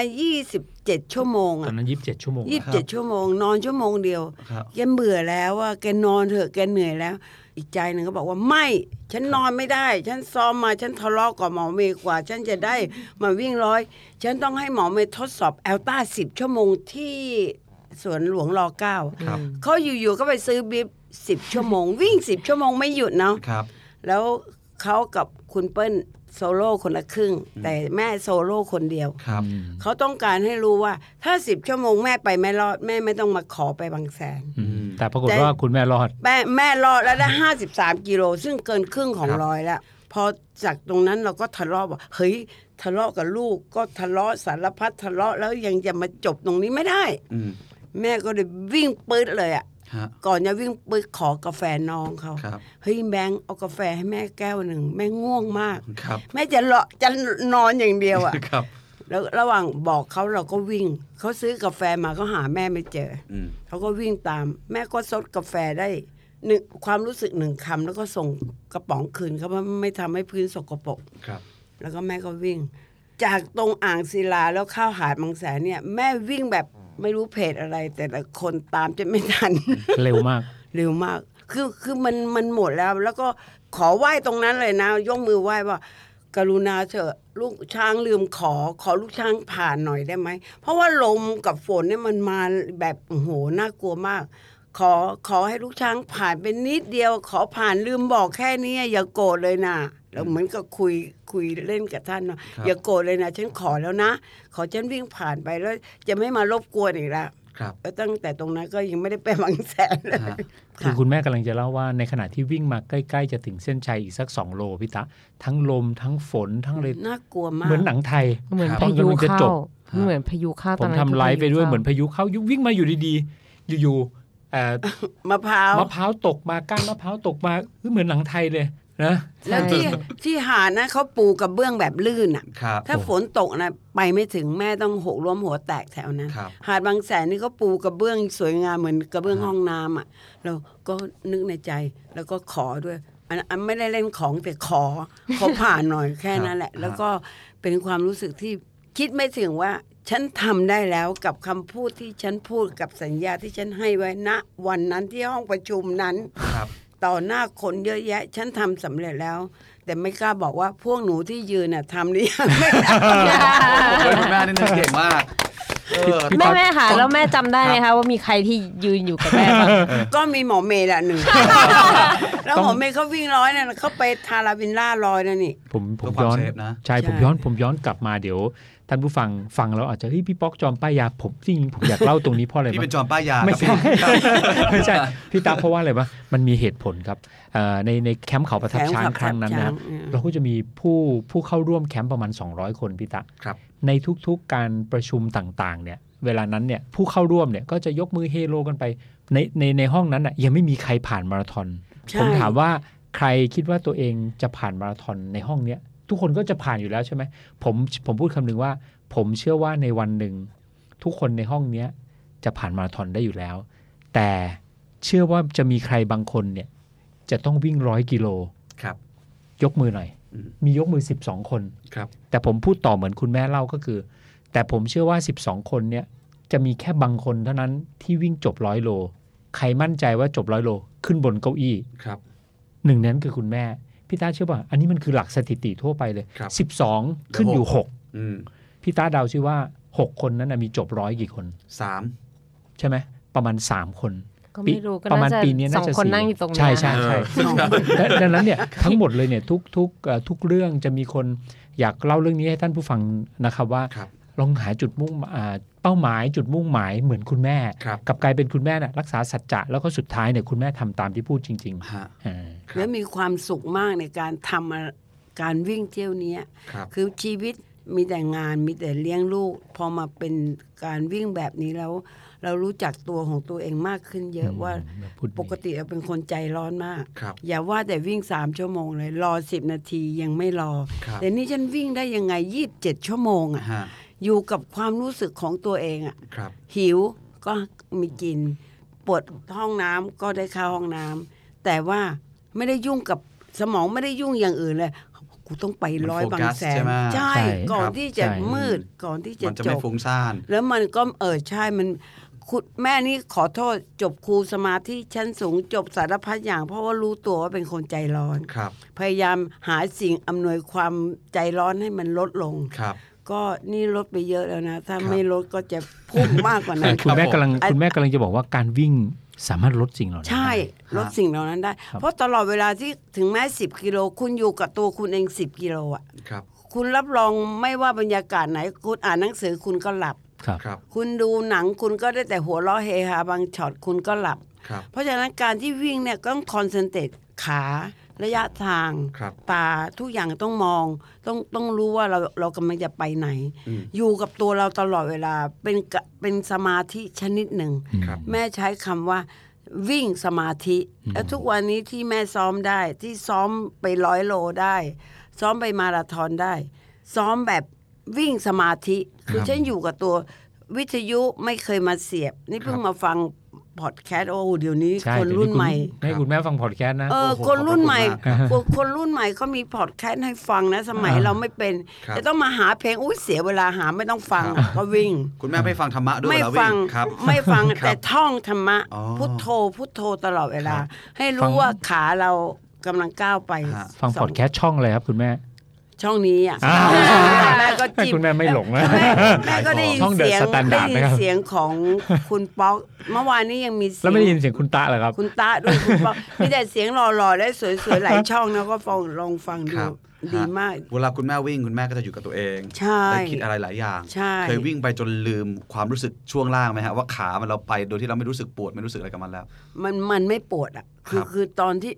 27 ชั่วโมง
ตอ
อ่ะ
นนั้นยีิบเจ็ดชั่วโมง
27 ชั่วโมง นอนชั่วโมงเดียว
ครับ
แกเบื่อแล้วว่าแกนอนเถอะแกเหนื่อยแล้ว อีกใจหนึ่งก็บอกว่าไม่ ฉันนอนไม่ได้ ฉันซ้อมมาฉันทะเลาะกับหมอเมย์กว่า ฉันจะได้มาวิ่งร้อย ฉันต้องให้หมอเมย์ทดสอบแอลต้า10 ชั่วโมงที่สวนหลวงรอเก้า
ครับ
เขาอยู่ๆก็ไปซื้อบิบ10 ชั่วโมง วิ่ง 10 ชั่วโมงไม่หยุดเนาะ
ครับ
แล้วเขากับคุณเปิ้ลโซโล่คนละครึ่ง แต่แม่โซโล่คนเดียว
ครับ
เขาต้องการให้รู้ว่าถ้าสิบชั่วโมงแม่ไปไม่รอด แม่ไม่ต้องมาขอไปบางแสน
อืม
อืม
แต่ปรากฏ
แต่
ว่าคุณแม่รอด
แม่แม่รอดแล้วได้ห้าสิบสามกิโล ซึ่งเกินครึ่งของ
ครับ
ร้อยแล้ว พอจากตรงนั้นเราก็ทะเลาะว่าเฮ้ยทะเลาะกับลูกก็ทะเลาะสารพัดทะเลาะแล้วยังจะมาจบตรงนี้ไม่ได้
อืม
แม่ก็เลยวิ่งปื๊ดเลยอ่ะ
ฮะ
ก่อนจะวิ่งปื๊ดขอกาแฟน้องเขา
ครับ
เฮ้ยแบงค์เอากาแฟให้แม่แก้วหนึ่งแม่ง่วงมาก
ครับ
แม่จะเลาะจะนอนอย่างเดียวอะ
ครับ
แล้วระหว่างบอกเขาเราก็วิ่ง เขาซื้อกาแฟมาก็หาแม่ไม่เจอ
อืม
เขาก็วิ่งตาม แม่ก็ซดกาแฟได้หนึ่งความรู้สึกหนึ่งคำแล้วก็ส่งกระป๋องคืนเขาว่าไม่ทำให้พื้นสกปรก
ครับ
แล้วก็แม่ก็วิ่ง จากตรงอ่างศิลาแล้วเข้าวหาดบางแสนเนี่ย แม่วิ่งแบบไม่รู้เพจอะไร แต่ละคนตามจะไม่ทัน
เร็วมาก
เร็วมาก คือคือมันมันหมดแล้ว แล้วก็ขอไหว้ตรงนั้นเลยนะ ยกมือไหว้ว่า กรุณาเถอะลูกช้างลืมขอ ขอลูกช้างผ่านหน่อยได้ไหม เพราะว่าลมกับฝนเนี่ยมันมาแบบโอ้โหน่ากลัวมาก ขอขอให้ลูกช้างผ่านเป็นนิดเดียว ขอผ่านลืมบอกแค่เนี้ยอย่าโกรธเลยนะแล้วเหมือนกับคุยคุยเล่นกับท่านเนาะ
ครับ
อย่าโกรธเลยนะฉันขอแล้วนะ ขอฉันวิ่งผ่านไปแล้ว จะไม่มารบกวนอีกแล้ว
ครับ
แล้วตั้งแต่ตรงนั้นก็ยังไม่ได้ไปบางแสนเลย
ฮะ
คือะ คุณแม่กำลังจะเล่าว่าในขณะที่วิ่งมาใกล้ ๆ จะถึงเส้นชัยอีกสัก 2 โลพิตะ ทั้งลมทั้งฝนทั้งเลย
น่ากลัวมาก
เหมือนหนังไทย
เหมือน
ตอ
พาน ยุ
กำลังจะจ
เข้า
บ
เหมือนพายุเข้า
ผ
ตอน
ม
นั้น
ทำไลฟ์ไปด้วย
คืพา
เหมือนพายุเข้ายุวิ่งมาอยู่ดีๆ อยู่ๆเอ่อ
มะพร้าว
มะพร้าวตกมาก้านมะพร้าวตกมาเฮ้ยเหมือนหนังไทยเลยนะ
แล้วที่ที่หาดนะเขาปูกระเบื้องแบบลื่นอ่ะ
ครับ
ถ้าฝนตกนะไปไม่ถึงแม่ต้องหกล้มหัวแตกแถวนั้น
ครับ
หาดบางแสนนี่ก็ปูกระเบื้องสวยงามเหมือนกระเบื้องห้องน้ำอ่ะ เราก็นึกในใจแล้วก็ขอด้วยอันอันไม่ได้เล่นของแต่ขอ ขอผ่านหน่อยแค่นั้นแหละ
ครับ
แล้วก็เป็นความรู้สึกที่คิดไม่ถึงว่า ฉันทำได้แล้วกับคำพูดที่ฉันพูดกับสัญญาที่ฉันให้ไว้ณวันนั้นที่ห้องประชุมนั้น
ครับ
ต่อหน้าคนเยอะแยะ ฉันทำสำเร็จแล้ว แต่ไม่กล้าบอกว่าพวกหนูที่ยืนน่ะทำหรือยังไม่ท
โอ้ยคุณแม่นี่นึกเก่งมากเออ
แม่แม่หาแล้วแม่จำได้ไหมคะว่ามีใครที่ยืนอยู่กับแม่ บ้าง
ำ ก็มีหมอเมย์แหละหนึ่ง แล้วหมอเมย์เขาวิ่งร้อยน่ะเขาไปทาราวินล่าร้อยน่ะนี่
ผมผ
เพื่
ม
อความ
ย้อน
เซฟนะ
ใช่
ใช่
ผมย้อนผมย้อนกลับมาเดี๋ยว ท่านผู้ฟังฟังแล้วอาจจะเฮ้ยพี่ป๊อกจอมป้ายยาผมจริงๆผมอยากเล่าตรงนี้เพราะอะไร
พี่
มั้
เป็
ย
นจอมป้ายยา
ไม่ใช่
ครับ
ไม่ใช่พี่ตาเพราะว่าอะไรวะมันมีเหตุผลครับเอ่อในในแคมป์เขาประทับช้าง
แขนขับ
ครั้งนั้นนะค
ช้า
รั
ง
บ
อืม
เราก็จะมีผู้ผู้เข้าร่วมแคมป์ประมาณ 200 คนพี่ตา
ครับ
ในทุกๆการประชุมต่างๆเนี่ยเวลานั้นเนี่ยผู้เข้าร่วมเนี่ยก็จะยกมือเฮโลกันไปในในในห้องนั้นน่ะยังไม่มีใครผ่านมาราธอน
ใช่
ผมถามว่าใครคิดว่าตัวเองจะผ่านมาราธอนในห้องเนี้ยทุกคนก็จะผ่านอยู่แล้วใช่ไหมผมผมพูดคำหนึ่งว่า ผมเชื่อว่าในวันหนึ่ง ทุกคนในห้องเนี้ยจะผ่านมาราธอนได้อยู่แล้ว แต่เชื่อว่าจะมีใครบางคนเนี่ย จะต้องวิ่งร้อยกิโล
ครับ
ยกมือหน่อย
อืม
มียกมือ 12 คน
ครับ
แต่ผมพูดต่อเหมือนคุณแม่เล่าก็คือ แต่ผมเชื่อว่า 12 คนเนี่ย จะมีแค่บางคนเท่านั้นที่วิ่งจบร้อยโล ใครมั่นใจว่าจบร้อยโล ขึ้นบนเก้าอี้
ครับ
หนึ่งในนั้นคือคุณแม่ พี่ตาเชื่อป่ะ อันนี้มันคือหลักสถิติทั่วไปเลย
ครับ
12 ขึ้นอยู่
อืม
6 พี่ตาเดาชื่อว่า 6 คนนั้นนะมีจบร้อยกี่คน
สาม
ใช่ไหมประมาณ 3 คน
ก็ไม่รู้ก็
ประมา
น่า
ณ
จะ
ปีนี้
ส
น่า
อง
จะ
คน
สี่
นั่งอยู่ตรงนี้
ใช่ใช่ใช่
สองคน
ดังดังนั้นเนี่ยทั้งหมดเลยเนี่ยทุกทุกเอ่อทุกเรื่องจะมีคนอยากเล่าเรื่องนี้ให้ท่านผู้ฟังนะครับว่า
ครับ
ลองหาจุดมุ่งอ่าเป้าหมายจุดมุ่งหมายเหมือนคุณแม่
ครับ
กลับกลายเป็นคุณแม่น่ะรักษาสัจจะแล้วก็สุดท้ายเนี่ยคุณแม่ทำตามที่พูดจริง
ฮะ
ๆอ่า
ค
แล้
รับ
วมีความสุขมากในการทำอะการวิ่งเที่ยวเนี้ย
ครับ
คือชีวิตมีแต่งานมีแต่เลี้ยงลูก พอมาเป็นการวิ่งแบบนี้แล้ว เรารู้จักตัวของตัวเองมากขึ้นเยอะว่า
พูดดี
ปกติเราเป็นคนใจร้อนมาก
ครับ
อย่าว่าแต่วิ่งสามชั่วโมงเลย รอสิบนาทียังไม่รอ
ครับ
แต่นี่ฉันวิ่งได้ยังไงยีิบเจ็ดชั่วโมงอะ
ฮะ
อยู่กับความรู้สึกของตัวเองอะ
ครับ
หิวก็มีกิน ปวดห้องน้ำก็ได้เข้าห้องน้ำแต่ว่าไม่ได้ยุ่งกับสมองไม่ได้ยุ่งอย่างอื่นเลยกูต้องไปร้อย
มันโฟ
บา
กัส
งแส
ใช่
น
ไหม
ก่อน
ครับ
ที่จะมืดก่อนที่จะ
มันจะ
จ
ไม่
บ
ฟุ้งซ่าน
แล้วมันก็เออใช่มันคุณแม่นี่ขอโทษจบครูสมาธิชั้นสูงจบสารพัดอย่าง เพราะว่ารู้ตัวว่าเป็นคนใจร้อน
ครับ
พยายามหาสิ่งอำนวยความใจร้อนให้มันลดลง
ครับ
ก็นี่ลดไปเยอะแล้วนะ ถ้า
ครับ
ไม่ลดก็จะพุ่งมากกว่านั้น
คุณแม่กำลัง
ครับผม
คุณแม่กำลังจะบอกว่าการวิ่งสามารถลดสิ่งเหล่านั้น
ใช่
ได้
ลดสิ่งเหล่านั้นได้
ครับ
เพราะตลอดเวลาที่ถึงแม้ 10 กิโล คุณอยู่กับตัวคุณเอง 10 กิโลอ่ะ
ครับ
คุณรับรองไม่ว่าบรรยากาศไหนคุณอ่านหนังสือคุณก็หลับ
ครับ
ครับ
คุณดูหนังคุณก็ได้แต่หัวเราะเฮฮาบางช็อตคุณก็หลับ
ครับ
เพราะฉะนั้นการที่วิ่งเนี่ยต้องคอนเซนเทรตขาระยะทาง
ครับ
ตาทุกอย่างต้องมองต้องต้องรู้ว่าเราเรากำลังจะไปไหน
อืม
อยู่กับตัวเราตลอดเวลาเป็นกะเป็นสมาธิชนิดหนึ่ง
ครับ
แม่ใช้คำว่าวิ่งสมาธิ แล้วทุกวันนี้ที่แม่ซ้อมได้ที่ซ้อมไปร้อยโลได้ ซ้อมไปมาราธอนได้ ซ้อมแบบวิ่งสมาธิ คือฉันอยู่กับตัววิทยุไม่เคยมาเสียบ นี่เพิ่งมาฟัง พอดแคสต์โอ้โหเดี๋ยวนี้
ใช่
คนรุ่นใหม่
ให้คุณแม่ฟังพอดแคสต์นะ
เออ
โอ้โห
คนรุ่นใหม่
ขอบคุณมาก
คนคนรุ่นใหม่เขามีพอดแคสต์ให้ฟังนะ สมัย
อ่า
เราไม่เป็น
ครับ
จะต้องมาหาเพลงอุ้ยเสียเวลาหาไม่ต้องฟัง
ครับ
ก็วิ่ง
คุณแม่ไม่ฟังธรรมะด้วย
ไม่
เหรอ
ฟัง
วิ่ครับ
ไม่ฟัง
ครับ
แต่ท่องธรรมะ
อ๋อ
พุทโธพุทโธตลอดเวลา
ครับ
ให้
ฟั
รู้
ง
ว่าขาเรากำลังก้าวไป
ฮะ
ฟัง
ส
พอดแคสต์ช่องอะไรครับคุณแม่
ช่องนี้อ่ะ
อ้าว
แม่ก็
ให้
จิบ
คุณแม่ไม่หลงนะ
แม่แม่ก็ได้ยิน
ช่องเดอะ
เสียง
สแตนดาร์ด
ได้ยิ
นะ
น
ครับ
เสียงของคุณป๊อกเมื่อวานนี้ยังมีเสียง
แล้วไม่ได้ยินเสียงคุณตาเหรอครับ
คุณตาด้วยคุณ ป๊อกมีแต่เสียงหล่อๆและสวยๆหลายช่องนะก็ฟังลองฟัง
ค
ดู
รับ
ดีมาก
เวลาคุณแม่วิ่งคุณแม่ก็จะอยู่กับตัวเอง
ใช่
ได้คิดอะไรหลายอย่าง
ใช่
เคยวิ่งไปจนลืมความรู้สึกช่วงล่างไหมฮะว่าขามันเราไปโดยที่เราไม่รู้สึกปวดไม่รู้สึกอะไรกับมันแล้ว
มันมันไม่ปวดอ่ะ คื
ค
อ
รับ
คือตอนที่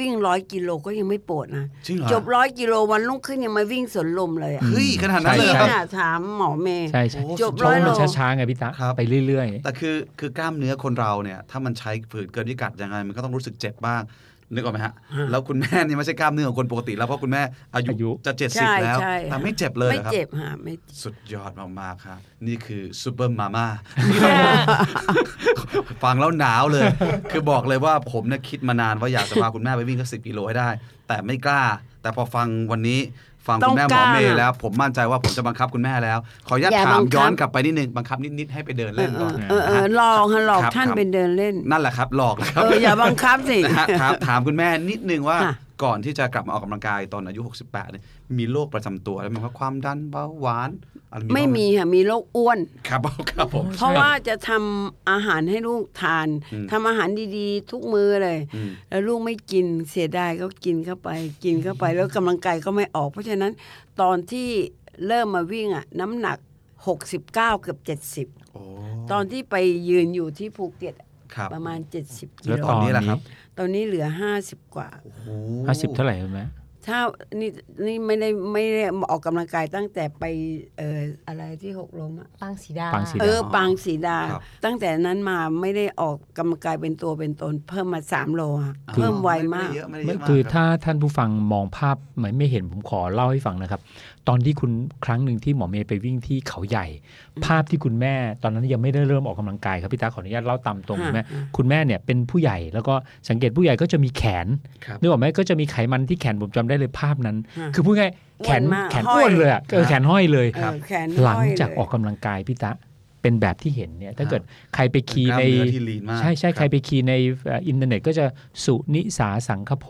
วิ่งร้อยกิโลก็ยังไม่ปวดนะ
จริงเหรอ
จบร้อยกิโลวันลุ่งขึ้นยังมาวิ่งสวนลมเลยอะ
เฮ้ยขนาด
ใช่
นั้นเลยเหรอค
ใช่
ข
รับ
นาดถามหมอเมย์
ใช่ใช่
โอ้
จบ
ช่อง
ร้
มั
อน ยโล
ช้าๆไงพี่ตา
ครับ
ไปเรื่อย
แต่คือคือกล้ามเนื้อคนเราเนี่ยถ้ามันใช้ฝืนเกินพิกัดยังไงมันก็ต้องรู้สึกเจ็บบ้างนึกออกไหมฮะแล้วคุณแม่นี่ไม่ใช่กล้ามเนื้อของคนปกติแล้วเพราะคุณแม่อายุ
อายุ
จะ
ใช่
70 แล้ว
ใช่
แต่ไม่เจ็บเลย
ไม่
เหรอครับ
เจ็บฮะไม่เจ็บ
สุดยอดมากๆครับนี่คือซูเปอร์มา ม่า ฟังแล้วหนาว เลย คือบอกเลยว่าผมเนี่ยคิดมานานว่าอยากจะพาคุณแม่ไปวิ่งสักสิกิโลให้ได้ แต่ไม่กล้า แต่พอฟังวันนี้ฟัง
ต้
คุ
อง
ณแม่หมอก
ล้า
เมย์แล้ว ผมมั่นใจว่าผมจะบังคับคุณแม่แล้ว ขออนุญาต
อย่า
ถา
บั
ม
งคับ
ย้อนกลับไปนิดนึงบังคับนิดๆให้ไปเดินเล่นก่อน
เออเอ
นะ
อ
ฮะ
หลอกฮะหลอก
ครับ
ท่านไปเดินเล่น
นั่นแหละครับหลอกนะครับ
เอออย่าบังคับสิ
นะฮะถามถามคุณแม่นิดนึงว่า
ค่ะ
ก่อนที่จะกลับมาออกกำลังกายตอนอายุ 68เนี่ยมีโรคประจำตัวอะไรไหมครับความดันเบาหวานอะรบ้างห
ไม่มีค่ะมีโรคอ้วน
ครับครับผม
เพราะว่าจะทำอาหารให้ลูกทาน
อืม
ทำอาหารดีๆ ทุกมื้อเลย
อืม
แล้วลูกไม่กินเสียดายก็กินเข้าไป กินเข้าไปแล้วกำลังกายก็ไม่ออก เพราะฉะนั้นตอนที่เริ่มมาวิ่งอ่ะน้ำหนัก 69 เกือบ
โอ้
70 ตอนที่ไปยืนอยู่ที่ภูเก็ตอะ
ครับ
ประมาณ 70
ๆ
กิ
แล้ว
โล
ตอน
นี้
นี้
แหละครับ
ตอนนี้เหลือ 50 กว่า
โอ้โห
ห้าสิบเท่าไหร่คุณแม่
ถ้านี่นี่ไม่ได้ไม่ได้ออกกำลังกายตั้งแต่ไปเอ่ออะไรที่หกล้มอะ
ปางสีดา
ปางสี
เอ
ดา
อปางสีดา
ครับ
ตั้งแต่นั้นมาไม่ได้ออกกำลังกายเป็นตัวเป็นตน เพิ่มมาสามโลอะ
อ๋อ
เพิ่มไวมาก
ไได้เยอะไม่ได้เย
ไม่
อะมาก
คือ
รับ
ถ้าท่านผู้ฟังมองภาพไม่ไม่เห็นผมขอเล่าให้ฟังนะครับ ตอนที่คุณครั้งหนึ่งที่หมอเมย์ไปวิ่งที่เขาใหญ่ ภาพที่คุณแม่ ตอนนั้นยังไม่ได้เริ่มออกกำลังกายครับพี่ตาขออนุญาตเล่าตามตรง
ฮะ
คุณแม่
ฮะ
คุณแม่เนี่ยเป็นผู้ใหญ่แล้วก็สังเกตผู้ใหญ่ก็จะมีแขน
ครับ
นึกออกไหมก็จะมีไขมันที่แขนผมจำได้เลยภาพนั้น
ฮะ
คือพูดง่ายๆแขน
อ้วนมาก
แขน
ห้อย
อ้วนเลยอะเออแขนห้อยเลย
เออแขน
หลัง
ห้อย
จาก
เย
ออกกำลังกายพี่ตะเป็นแบบที่เห็นเนี่ยถ้าเกิดใครไปคีย์
กล้าม
ใน
เนื้อที่ลีนมาก
ใช่ใช่
ค
ใค
รั
ร
บ
ไปคีย์ในเอ่ออินเทอร์เน็ตก็จะสุนิสาสังคโป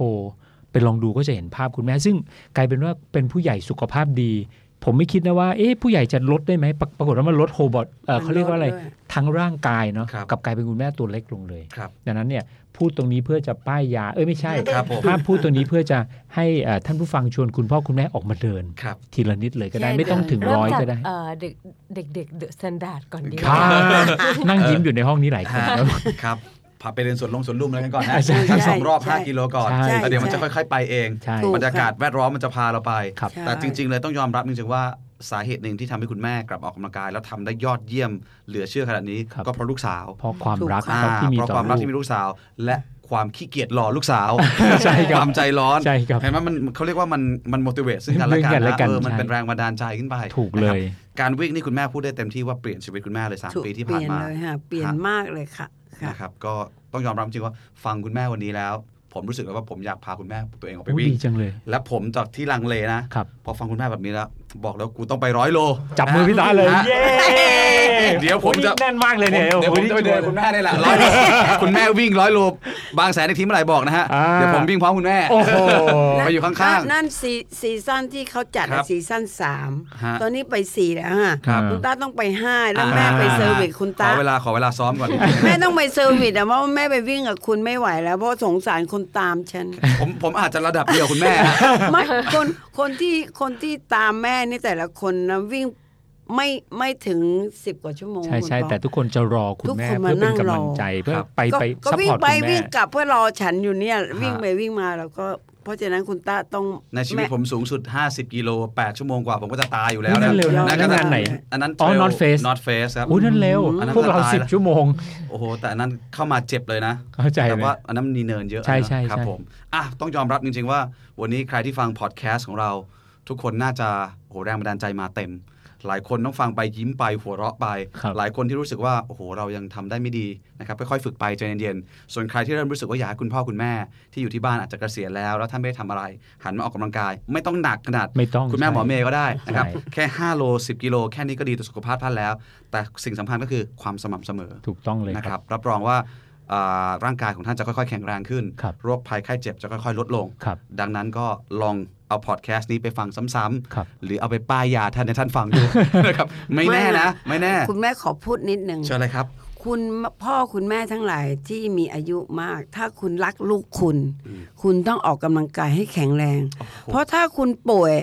ไปลองดูก็จะเห็นภาพคุณแม่ ซึ่งกลายเป็นว่าเป็นผู้ใหญ่สุขภาพดี ผมไม่คิดนะว่าเอ๊ะผู้ใหญ่จะลดได้ไหมปรปรากฏว่ามันลดโฮบอทเอ่อ
มัน
เขาเรียกว่าอะไร
ลดด้วย
ทั้งร่างกายเนาะ
ครับ
กลับกลายเป็นคุณแม่ตัวเล็กลงเลย
ครับ
ดังนั้นเนี่ยพูดตรงนี้เพื่อจะป้ายยาเอ้ยไม่ใช่
ครับผม
ภาพพูดตรงนี้เพื่อจะให้เอ่อท่านผู้ฟังชวนคุณพ่อคุณแม่ออกมาเดิน
ครับ
ทีละนิดเลยก็ได้
ใช่
ไม่ต้องถึง
เริ่ม
ร้อย
จาก
ก็ได้
เอ่อเด็กเด็กเด็กเดอะสแตนดาร์ดก่อนดี
ครับ
ไหม
นั่งยิ้มอยู่ในห้องนี้หลายคน
ครับพาไปเรียนสวนลงสวนลุมอะไรกันก่อนนะ
ใช่
ทั้งสองรอบ
ใช่
5 กิโลก่อน
ใช่
แล้วเดี๋ยวมันจะ
ใช่
ค่อย ๆ ไปเอง
ใช่
บรรยากาศแวดล้อมมันจะพาเราไป
ครับ
ใช่
แต่จริง ๆ เลยต้องยอมรับจริงๆว่าสาเหตุหนึ่งที่ทำให้คุณแม่กลับมาออกกำลังกาย แล้วทำได้ยอดเยี่ยมเหลือเชื่อขนาดนี้
ครับ
ก็เพราะลูกสาว
เพราะความรัก
ถูก
ค
ค่ะ
รับที่มี
เพราะ
ต่อ
ความรักที่มี
ลูก
ลูกสาว และความขี้เกียจหล่อลูกสาว
ใช่ครับ
ความใจร้อน
ใช่ครับ
เห็นไหมมันเขาเรียกว่ามันมัน motivate ซึ่งกันและกัน
ซึ่งกันและ
นะ
กัน
เออมัน
ใช่
เป็นแรงบันดาลใจขึ้นไป
ถูกเล
นะครับ
ย
การวิ่งนี่คุณแม่พูดได้เต็มที่ว่าเปลี่ยนชีวิตคุณแม่เลย
ถูก
3 ปีที่ผ่านมา
เปลี่ยนเลยค่ะเปลี่ยนมากเลยค่ะค่ะ
นะครับ ก็ต้องยอมรับจริงว่าฟังคุณแม่วันนี้แล้ว ผมรู้สึกแล้วว่าผมอยากพาคุณแม่ตัวเองออกไป
โอ้
วิ่ง
ดีจังเลย
และผมจากที่ลังเลนะ
ครับ
พอฟังคุณแม่แบบนี้แล้ว บอกแล้วกูต้องไปร้อยโล
จับมือพี่ตาเลย
นะ
เย้
เดี๋ยวผมจะ
โอ้นี่แน่นมากเลยเนี่ย
ผมเดี๋ยวผมจะไปเดินคุณแม่ได้แหละร้อยโลคุณแม่วิ่งร้อยโลบางแสนในทีเมื่อไหร่บอกนะฮะ
อ่า
เดี๋ยวผมวิ่งพร้อมคุณแม่
โอ้โห
ไปอยู่ข้างๆ
นั่นซีซีซั่นที่เขาจัด
ครับ
ซีซั่นสาม
ฮะ
ตอนนี้ไปสี่แล้วฮะ
ครับ
คุณตาต้องไปห้าแล้วแม่ไปเซอร์วิสคุณตา
ขอเวลาขอเวลาซ้อมก่อน
แม่ต้องไปเซอร์วิสอะเพราะว่าแม่ไปวิ่งกับคุณไม่ไหวแล้ว เพราะสงสารคนตามฉัน
ผมผมอาจจะระดับเดียวคุณแม่ฮะ
ไม่คนคนที่คนที่ตามแม่นี่แต่ละคนนะวิ่งไม่ไม่ถึงสิบกว่าชั่วโมง
ใช่ใช่
คุณปอ
แต่ทุกคนจะรอคุณ
ทุก
แม่
คนมา
เพื่อเป็น
นั่งรอ
กำลังใจเพื่อ
ครับ
ไปไป
ก็
ซัพ
วิ่
พ
ง
อร์ต
ไป
คุณแม่
วิ่งกลับเพื่อรอฉันอยู่เนี่ยวิ่งไปวิ่งมาแล้วก็ เพราะฉะนั้นคุณต้าต้อง
ในชีวิต
แ
ผมสูงสุด 50 กิโล 8 ชั่วโมงกว่า ผมก็จะตายอยู่แล้ว
นั่นเร็วนะ
ะ
แล้
แล้ว ว
ก็
งานไหน
อันนั้น
อ๋อ North Face
นอตเฟสครับ
อุ้ยนั่นเร็ว
อันนั้น
พวกเรา
ตาย
สิบ
แล้ว
ชั่วโมง
โอ้โห แต่อันนั้นเข้ามาเจ็บเลยนะ
เข้าใจ
แต่
เลย
ว่าอันนั้นมันมีเนินเยอะ
ใช่ใช่
นะครั
ใช่
บผมอ่ะต้องยอมรับจริง ๆ ว่า วันนี้ใครที่ฟังพอดแคสต์ของเรา ทุกคนน่าจะโอ้โหแรงบันดาลใจมาเต็ม หลายคนต้องฟังไปยิ้มไปหัวเราะไป
ครับ
หลายคนที่รู้สึกว่าโอ้โหเรายังทำได้ไม่ดีนะครับค่อยๆฝึกไปใจเย็นๆส่วนใครที่เริ่มรู้สึกว่าอยากให้คุณพ่อคุณแม่ ที่อยู่ที่บ้านอาจจะเกษียณแล้ว แล้วท่านไม่ได้ทำอะไร หันมาออกกำลังกาย ไม่ต้องหนักขนาด
ไม่ต้อง
คุณแม่หมอเม
ใช่
ย์ก็ได้นะครับ
ใช่
แค่ 5 โล 10 กิโล แค่นี้ก็ดีต่อสุขภาพท่านแล้ว แต่สิ่งสำคัญก็คือความสม่ำเสมอ
ถูกต้องเลย
นะ
ค
ค
รั
รับ บ รับรองว่าอ่าร่างกายของท่านจะค่อยๆ แข็งแรงขึ้น
ครับ
โรคภัยไข้เจ็บจะค่อยๆ ลดลง
ครับ
ดังนั้นก็ลองเอาพอดแคสต์นี้ไปฟังซ้ำ
ครับ
ๆ หรือเอาไปป้ายยาท่านในท่านฟังดู นะครับ ไม่แน่นะ ไม่แน่
คุณแม่ขอพูดนิดนึง
เชิญเลยครับ
คุณพ่อคุณแม่ทั้งหลายที่มีอายุมาก ถ้าคุณรักลูกคุณ
อืม
คุณต้องออกกำลังกายให้แข็งแรง เพราะถ้าคุณป่วย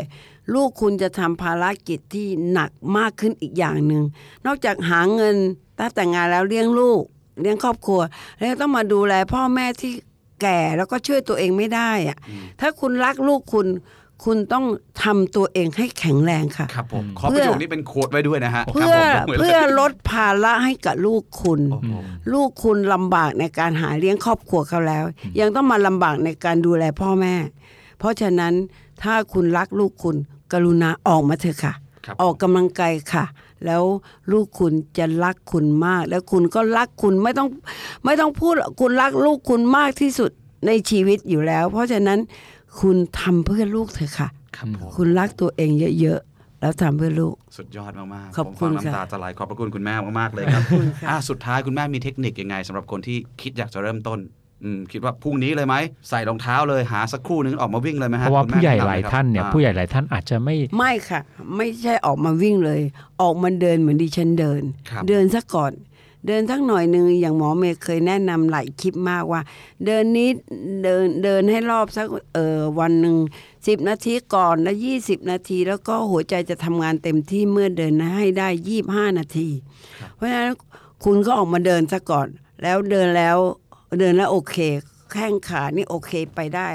ลูกคุณจะทำภารกิจที่หนักมากขึ้นอีกอย่างหนึ่งนอกจากหาเงินตั้งแต่งงานแล้วเลี้ยงลูก เลี้ยงครอบครัว แล้วยังต้องมาดูแลพ่อแม่ที่แก่แล้วก็ช่วยตัวเองไม่ได้อะถ้าคุณรักลูกคุณ คุณต้องทำตัวเองให้แข็งแรงค่ะ
ครับผม
อืม
ขอประโยคนี้เป็นโค้ดไว้ด้วยนะฮะ
เพื่อ
ครับผม
เพื่อลดภาระให้กับลูกคุณ
โอ้โห
ลูกคุณลำบากในการหาเลี้ยงครอบครัวเขาแล้ว ยังต้องมาลำบากในการดูแลพ่อแม่ เพราะฉะนั้นถ้าคุณรักลูกคุณ กรุณาออกมาเถอะค่ะ
ครับ
ออกกำลังกายค่ะ แล้วลูกคุณจะรักคุณมาก แล้วคุณก็รักคุณไม่ต้องไม่ต้องพูดหรอกคุณรักลูกคุณมากที่สุดในชีวิตอยู่แล้ว เพราะฉะนั้นคุณทำเพื่อลูกเถอะค่ะ
ครับผม
คุณรักตัวเองเยอะๆแล้วทำเพื่อลูก
สุดยอดมากๆ
ขอบ
ผม
คุ
ฟั
ณ
งน้ำ
ค่ะ
ตาจะไหลขอบพระคุณคุณแม่มากๆเลยครับ
คุณค่ะ
อ่ะสุดท้ายคุณแม่มีเทคนิคยังไงสำหรับคนที่คิดอยากจะเริ่มต้นอืมคิดว่าพรุ่งนี้เลยไหม ใส่รองเท้าเลยหาสักครู่หนึงออกมาวิ่งเลยไหม
เพ
ฮะ
ราะว่า
คุณแม่
ผู้ใหญ่
แะำ
หลายท่านเนี่ย
ครับ
ผู้ใหญ่หลายท่านอาจจะไม่
ไม่ค่ะ ไม่ใช่ออกมาวิ่งเลย ออกมาเดินเหมือนดิฉันเดิน
ครับ
เดินซะก่อน เดินสักหน่อยหนึ่งอย่างหมอเมย์เคยแนะนำหลายคลิปมากว่า เดินนี้เดินเดินให้รอบสักเออวันหนึ่งสิบนาทีก่อนแล้วยี่สิบนาที แล้วก็หัวใจจะทำงานเต็มที่เมื่อเดินให้ได้ยี่บห้านาที เพราะฉะนั้นคุณก็ออกมาเดินซะก่อน แล้วเดินแล้วเดินแล้วโอเค แข้งขานี่โอเคไปได้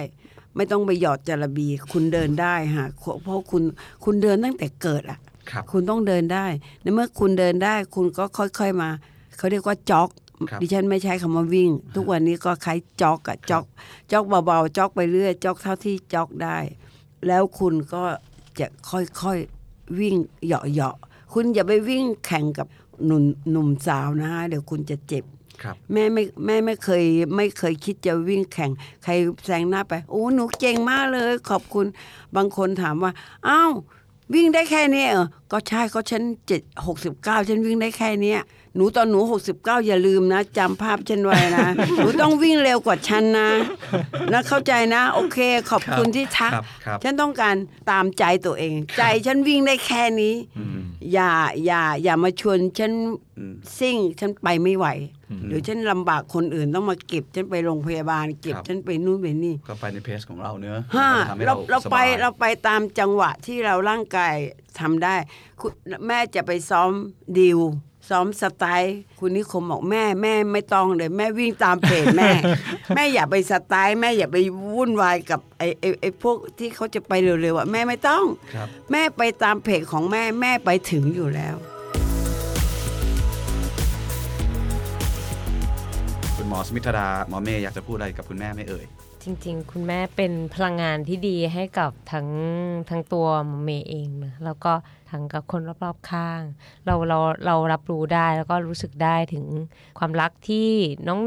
ไม่ต้องไปหยอดจาระบี คุณเดินได้ฮะเพราะคุณคุณเดินตั้งแต่เกิดอ่ะ
ครับ
คุณต้องเดินได้ในเมื่อคุณเดินได้ คุณก็ค่อยๆมา เขาเรียกว่าจ็อก
ครับ
ดิฉันไม่ใช้คำว่าวิ่ง ทุกวันนี้ก็คล้ายจ็อกอะจ็อกจ็อกเบาๆจ็อกไปเรื่อยจ็อกเท่าที่จ็อกได้ แล้วคุณก็จะค่อยๆวิ่งเหยาะๆคุณอย่าไปวิ่งแข่งกับหนุ่มหนุ่มสาวนะฮะเดี๋ยวคุณจะเจ็บ
ครับ
แม่ไม่แม่ไม่เคยไม่เคยคิดจะวิ่งแข่ง ใครแซงหน้าไปโอ้หนูเก่งมากเลย ขอบคุณบางคนถามว่าอ้าววิ่งได้แค่นี้เหรอก็ใช่ก็ฉันเจ็ดหกสิบเก้าฉันวิ่งได้แค่เนี้ยหนูตอนหนูหกสิบเก้าอย่าลืมนะจำภาพฉันไว้นะ หนูต้องวิ่งเร็วกว่าฉันนะนะเข้าใจนะ โอเค ขอบคุณที่ทัก
ครับครับ
ฉันต้องการตามใจตัวเอง ใจฉันวิ่งได้แค่นี้
อืม
อย่าอย่าอย่ามาชวนฉัน
อืม
ซิ่งฉันไปไม่ไหว
อืม
เดี๋ยวฉันลำบากคนอื่นต้องมาเก็บ ฉันไปโรงพยาบาลเก็บ
ครับ
ฉันไปนู่นไปนี่
ก็ไปในเพจของเราเนื้อะ
ห้า
ทำให้
เราเรา
สบย
ไปเราไปตามจังหวะที่เราร่างกายทำได้คุณแม่จะไปซ้อมดิว ซ้อมสไตล์ คุณนิคมบอกแม่แม่ไม่ต้องเลยแม่วิ่งตามเพจแม่ แม่อย่าไปสไตล์ แม่อย่าไปวุ่นวายกับไอ้ไอ้ไอ้พวกที่เขาจะไปเร็วๆอ่ะแม่ไม่ต้อง
ครับ
แม่ไปตามเพจของแม่แม่ไปถึงอยู่แล้ว
คุณหมอสมิทดาหมอเมย์อยากจะพูดอะไรกับคุณแม่ไหม่เอ่ย
จริงๆ คุณแม่เป็นพลังงานที่ดีให้กับทั้งทั้งตัวเมย์เองนะแล้วก็ทั้งกับคนรอบๆข้าง เราเราเรารับรู้ได้แล้วก็รู้สึกได้ถึงความรักที่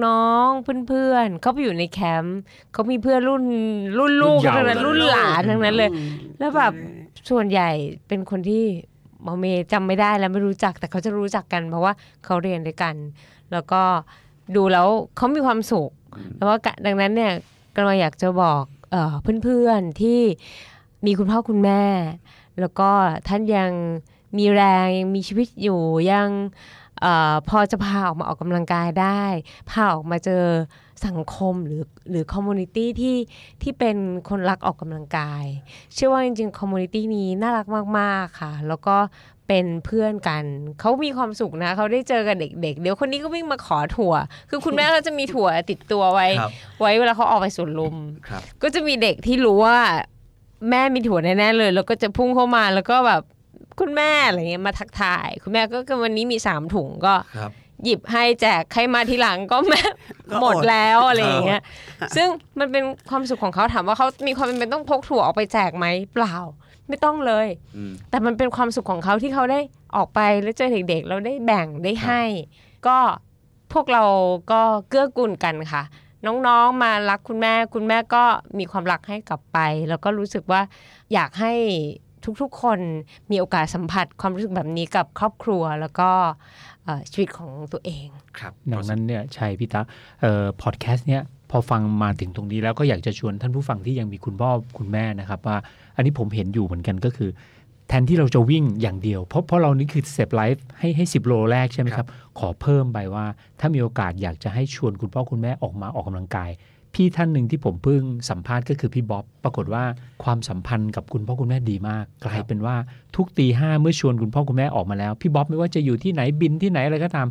น้องๆเพื่อนๆเขาไปอยู่ในแคมป์เขามีเพื่อนรุ่นรุ่นลูก
รุ่นเยาว์
ทั้งนั้นรุ่นหลานทั้งนั้นเลย แล้วแบบส่วนใหญ่เป็นคนที่หมอเมย์จำไม่ได้แล้วไม่รู้จักแต่เขาจะรู้จักกัน เพราะว่าเขาเรียนด้วยกัน แล้วก็ดูแล้วเขามีความสุข แล้วก็กะดังนั้นเนี่ยกำลังอยากจะบอกเอ่อเพื่อนๆที่มีคุณพ่อคุณแม่ แล้วก็ท่านยังมีแรงยังมีชีวิตอยู่ยังเออพอจะพาออกมาออกกำลังกายได้ พาออกมาเจอสังคมหรือหรือคอมมูนิตี้ที่ที่เป็นคนรักออกกำลังกาย เชื่อว่าจริงๆคอมมูนิตี้นี้น่ารักมากๆค่ะ แล้วก็เป็นเพื่อนกัน เขามีความสุขนะ เขาได้เจอกันเด็กๆ เดี๋ยวคนนี้ก็วิ่งมาขอถั่ว คือคุณแม่ก็จะมีถั่วติดตัวไว้
ครับ
ไว้เวลาเขาออกไปสวนลุม
ครับ
ก็จะมีเด็กที่รู้ว่า แม่มีถั่วแน่ๆเลย แล้วก็จะพุ่งเข้ามาแล้วก็แบบคุณแม่อะไรเงี้ยมาทักทาย คุณแม่ก็ก็วันนี้มีสามถุงก็
ครับ
หยิบให้แจกใครมาทีหลังก็แม่
ก็อด
หมดแล้วอะไรอย่างเงี้ย ซึ่งมันเป็นความสุขของเขาถามว่าเขามีความจำเป็นต้องพกถั่วออกไปแจกไหมเปล่า ไม่ต้องเลย
อืม
แต่มันเป็นความสุขของเขาที่เขาได้ออกไปแล้วเจอเด็กๆแล้วได้แบ่งได้ให้ ก็พวกเราก็เกื้อกูลกันค่ะ น้องๆมารักคุณแม่ คุณแม่ก็มีความรักให้กลับไป แล้วก็รู้สึกว่าอยากให้ทุกๆคนมีโอกาสสัมผัสความรู้สึกแบบนี้กับครอบครัวแล้วก็เอ่อชีวิตของตัวเอง
ครับ
ดังนั้นเนี่ยใช่พี่ตั๊กเอ่อพอดแคสต์เนี่ยพอฟังมาถึงตรงนี้แล้วก็อยากจะชวนท่านผู้ฟังที่ยังมีคุณพ่อคุณแม่นะครับว่า อันนี้ผมเห็นอยู่เหมือนกันก็คือ แทนที่เราจะวิ่งอย่างเดียว เพราะเพราะเรานี่คือเซฟไลฟ์ให้ให้สิโลแรกใช่ไหมครับ ขอเพิ่มไปว่า ถ้ามีโอกาสอยากจะให้ชวนคุณพ่อคุณแม่ออกมาออกกำลังกาย พี่ท่านหนึ่งที่ผมเพิ่งสัมภาษณ์ก็คือพี่บ๊อบปรากฏว่าความสัมพันธ์กับคุณพ่อคุณแม่ดีมาก กลายเป็นว่าทุกตีห้าเมื่อชวนคุณพ่อคุณแม่ออกมาแล้ว พี่บ๊อบไม่ว่าจะอยู่ที่ไหนบินที่ไหนอะไรก็ตาม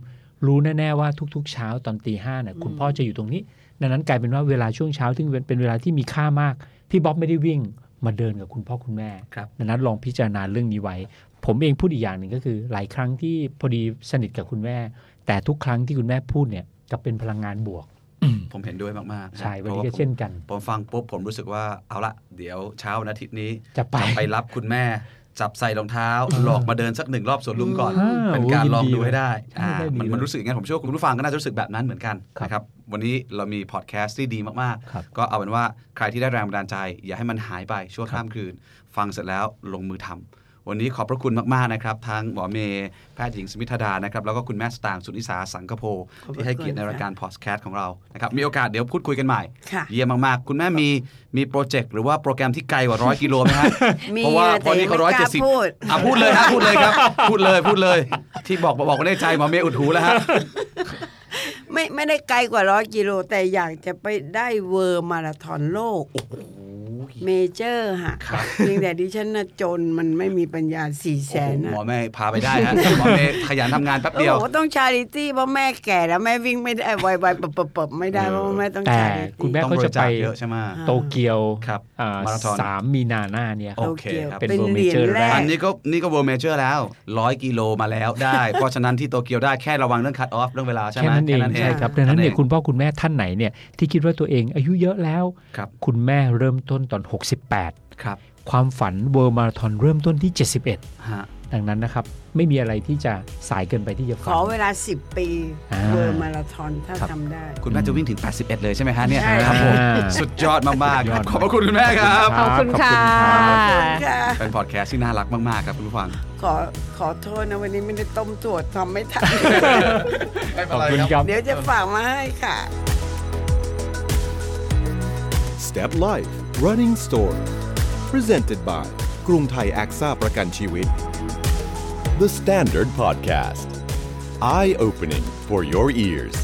รู้แน่ๆว่าทุกๆ เช้าตอนตีห้าเนี่ยคุณพ่อจะอยู่ตรงนี้ ดังนั้นกลายเป็นว่าเวลาช่วงเช้าที่งเป็นเป็นเวลาที่มีค่ามาก พี่บ๊อบไม่ได้วิ่งมาเดินกับคุณพ่อคุณแม่
ครับ
ดังนั้นลองพิจารณาเรื่องนี้ไว้ ผมเองพูดอีกอย่างหนึ่งก็คือ หลายครั้งที่พอดีสนิทกับคุณแม่ แต่ทุกครั้งที่คุณแม่พูดเนี่ยกลับเป็นพลังงานบวก
ผมเห็นด้วยมากๆ
ใช่
เพ
วัน
ราะ
นี้
ว่า
ก็
ผม
เช่นกัน
ผมฟังปุ๊บผมรู้สึกว่าเอาละเดี๋ยวเช้าวันอาทิตย์นี้
จะไป
ไปรับคุณแม่ จับใส่รองเท้า หลอกมาเดินสักหนึ่งรอบสวนลุมก่อน
อ่า
เป็นการลองดูให้ได้
ใช่
อ่า
ได้ดี
มันมันรู้สึกอย่างนั้นผมเชื่อว่าคุณผู้ฟังก็น่าจะรู้สึกแบบนั้นเหมือนกัน
ครับ
นะครับวันนี้เรามีพอดแคสต์ที่ดีมาก
ครับ
ๆ ก็เอาเป็นว่าใครที่ได้แรงบันดาลใจ อย่าให้มันหายไปชั่ว
ครับ
ข้ามคืน ฟังเสร็จแล้วลงมือทำวันนี้ขอบพระคุณมากๆนะครับทั้งหมอเมย์แพทย์หญิงสมิทธาดานะครับแล้วก็คุณแม่สตางค์สุนิสาสังกโพ
ขอบพระ
ที่ให้เกียรติใน
คุณค่ะ
รายการพอดแคสต์ของเรานะครับมีโอกาสเดี๋ยวพูดคุยกันใหม่
ค่ะ
เยี่ยมมาก ๆ คุณแม่มีมีโปรเจกต์หรือว่าโปรแกรมที่ไกลกว่าร้อยกิโลไหมฮะ
มี
เพราะว่า
อะ
ตอนนี้เขา
แต่
ร้อย
ยัง
เจ็ด
ไม่กล้า
สิบ
พูด
อ่ะพูดเลยฮะพูดเลยครับ พูดเลยพูดเลย ที่บอกบอกบอกไว้ในใจหมอเมย์อุดหูแล้วฮะ
ไม่ไม่ได้ไกลกว่าร้อยกิโล แต่อยากจะไปได้เวอร์มาราธอนโลก เมเจอร์ฮะ
ครับ
เพียงแต่ดิฉันน่ะจนมันไม่มีปัญญาสี่แสน
ห
นะ
มอเมย์พาไปได้ฮะหมอเมย์ขยันทำงานแป๊บ
ก็
เดีย
บ
ว
อกว่าต้องชาริตี้เพราะแม่แก่แล้วแม่วิ่งไม่ได้วัยวัยเปิบเปิบไม่ได้เพราะว่าแม่ต้อง
แต่
ชาริ
คุณ
ตี้
แม่
ต้องบริจาคเยอะใช่ไหม
โตเกียว
ครับ
อ่า
มาราธอน
สามมีนาหน้าเนี่ยค
โอ
รับ
เค
โตกียว
ครับ
เป็น
เป็น
เวอร์เม
เหรีย
เจอ
ญ
ร์
แร
แร
ก
ก
อันนี้ก็นี่ก็เวอร์เมเจอร์แล้วร้อยกิโลมาแล้วได้ เพราะฉะนั้นที่โตเกียวได้แค่ระวังเรื่องคัดออฟเรื่องเวลาใช่ไหม
แค่นั้นเองใช่ครับดังนั้นเนี่ย
อง
คุณพ่อคุณแม่ท่านไหนเนี่ยที่คิดว่าตัวเองอายุเยอะแล้ว
ครับ
คุณแม่เริ่มต้นตอน
ครับ
68 ความฝันเวิร์มาราธอนเริ่มต้นที่ 71
ฮะ
ดังนั้นนะครับ ไม่มีอะไรที่จะสายเกินไปที่จะ
ข
ฝัน
อเวลาสิบปี
อ่า
เวอร์มาราธอนถ้า
ครับ
ทำได้
คุณแม่จะวิ่งถึง 81 เลยใช่ไหมฮะเนี่ย
ใช่
ครับผม
อ่า
สุดยอดมาก
สุดยอด
ๆขอบพระคุณคุณแม่ครับ
ขอบคุณ
ขอบ
ค่ะ
คุณครับ
ค่ะ
เป็นพอดแคสต์ที่น่ารักมาก ๆ ครับคุณผู้ฟัง
ขอขอโทษนะวันนี้ไม่ได้ต้มถั่วทำไม่ทัน
ขอบคุณครับ
เดี๋ยวจะฝากมาให้ค่ะ
Step Life Running Story Presented by กรุงไทยแอคซ่าประกันชีวิต The Standard Podcast Eye Opening for Your Ears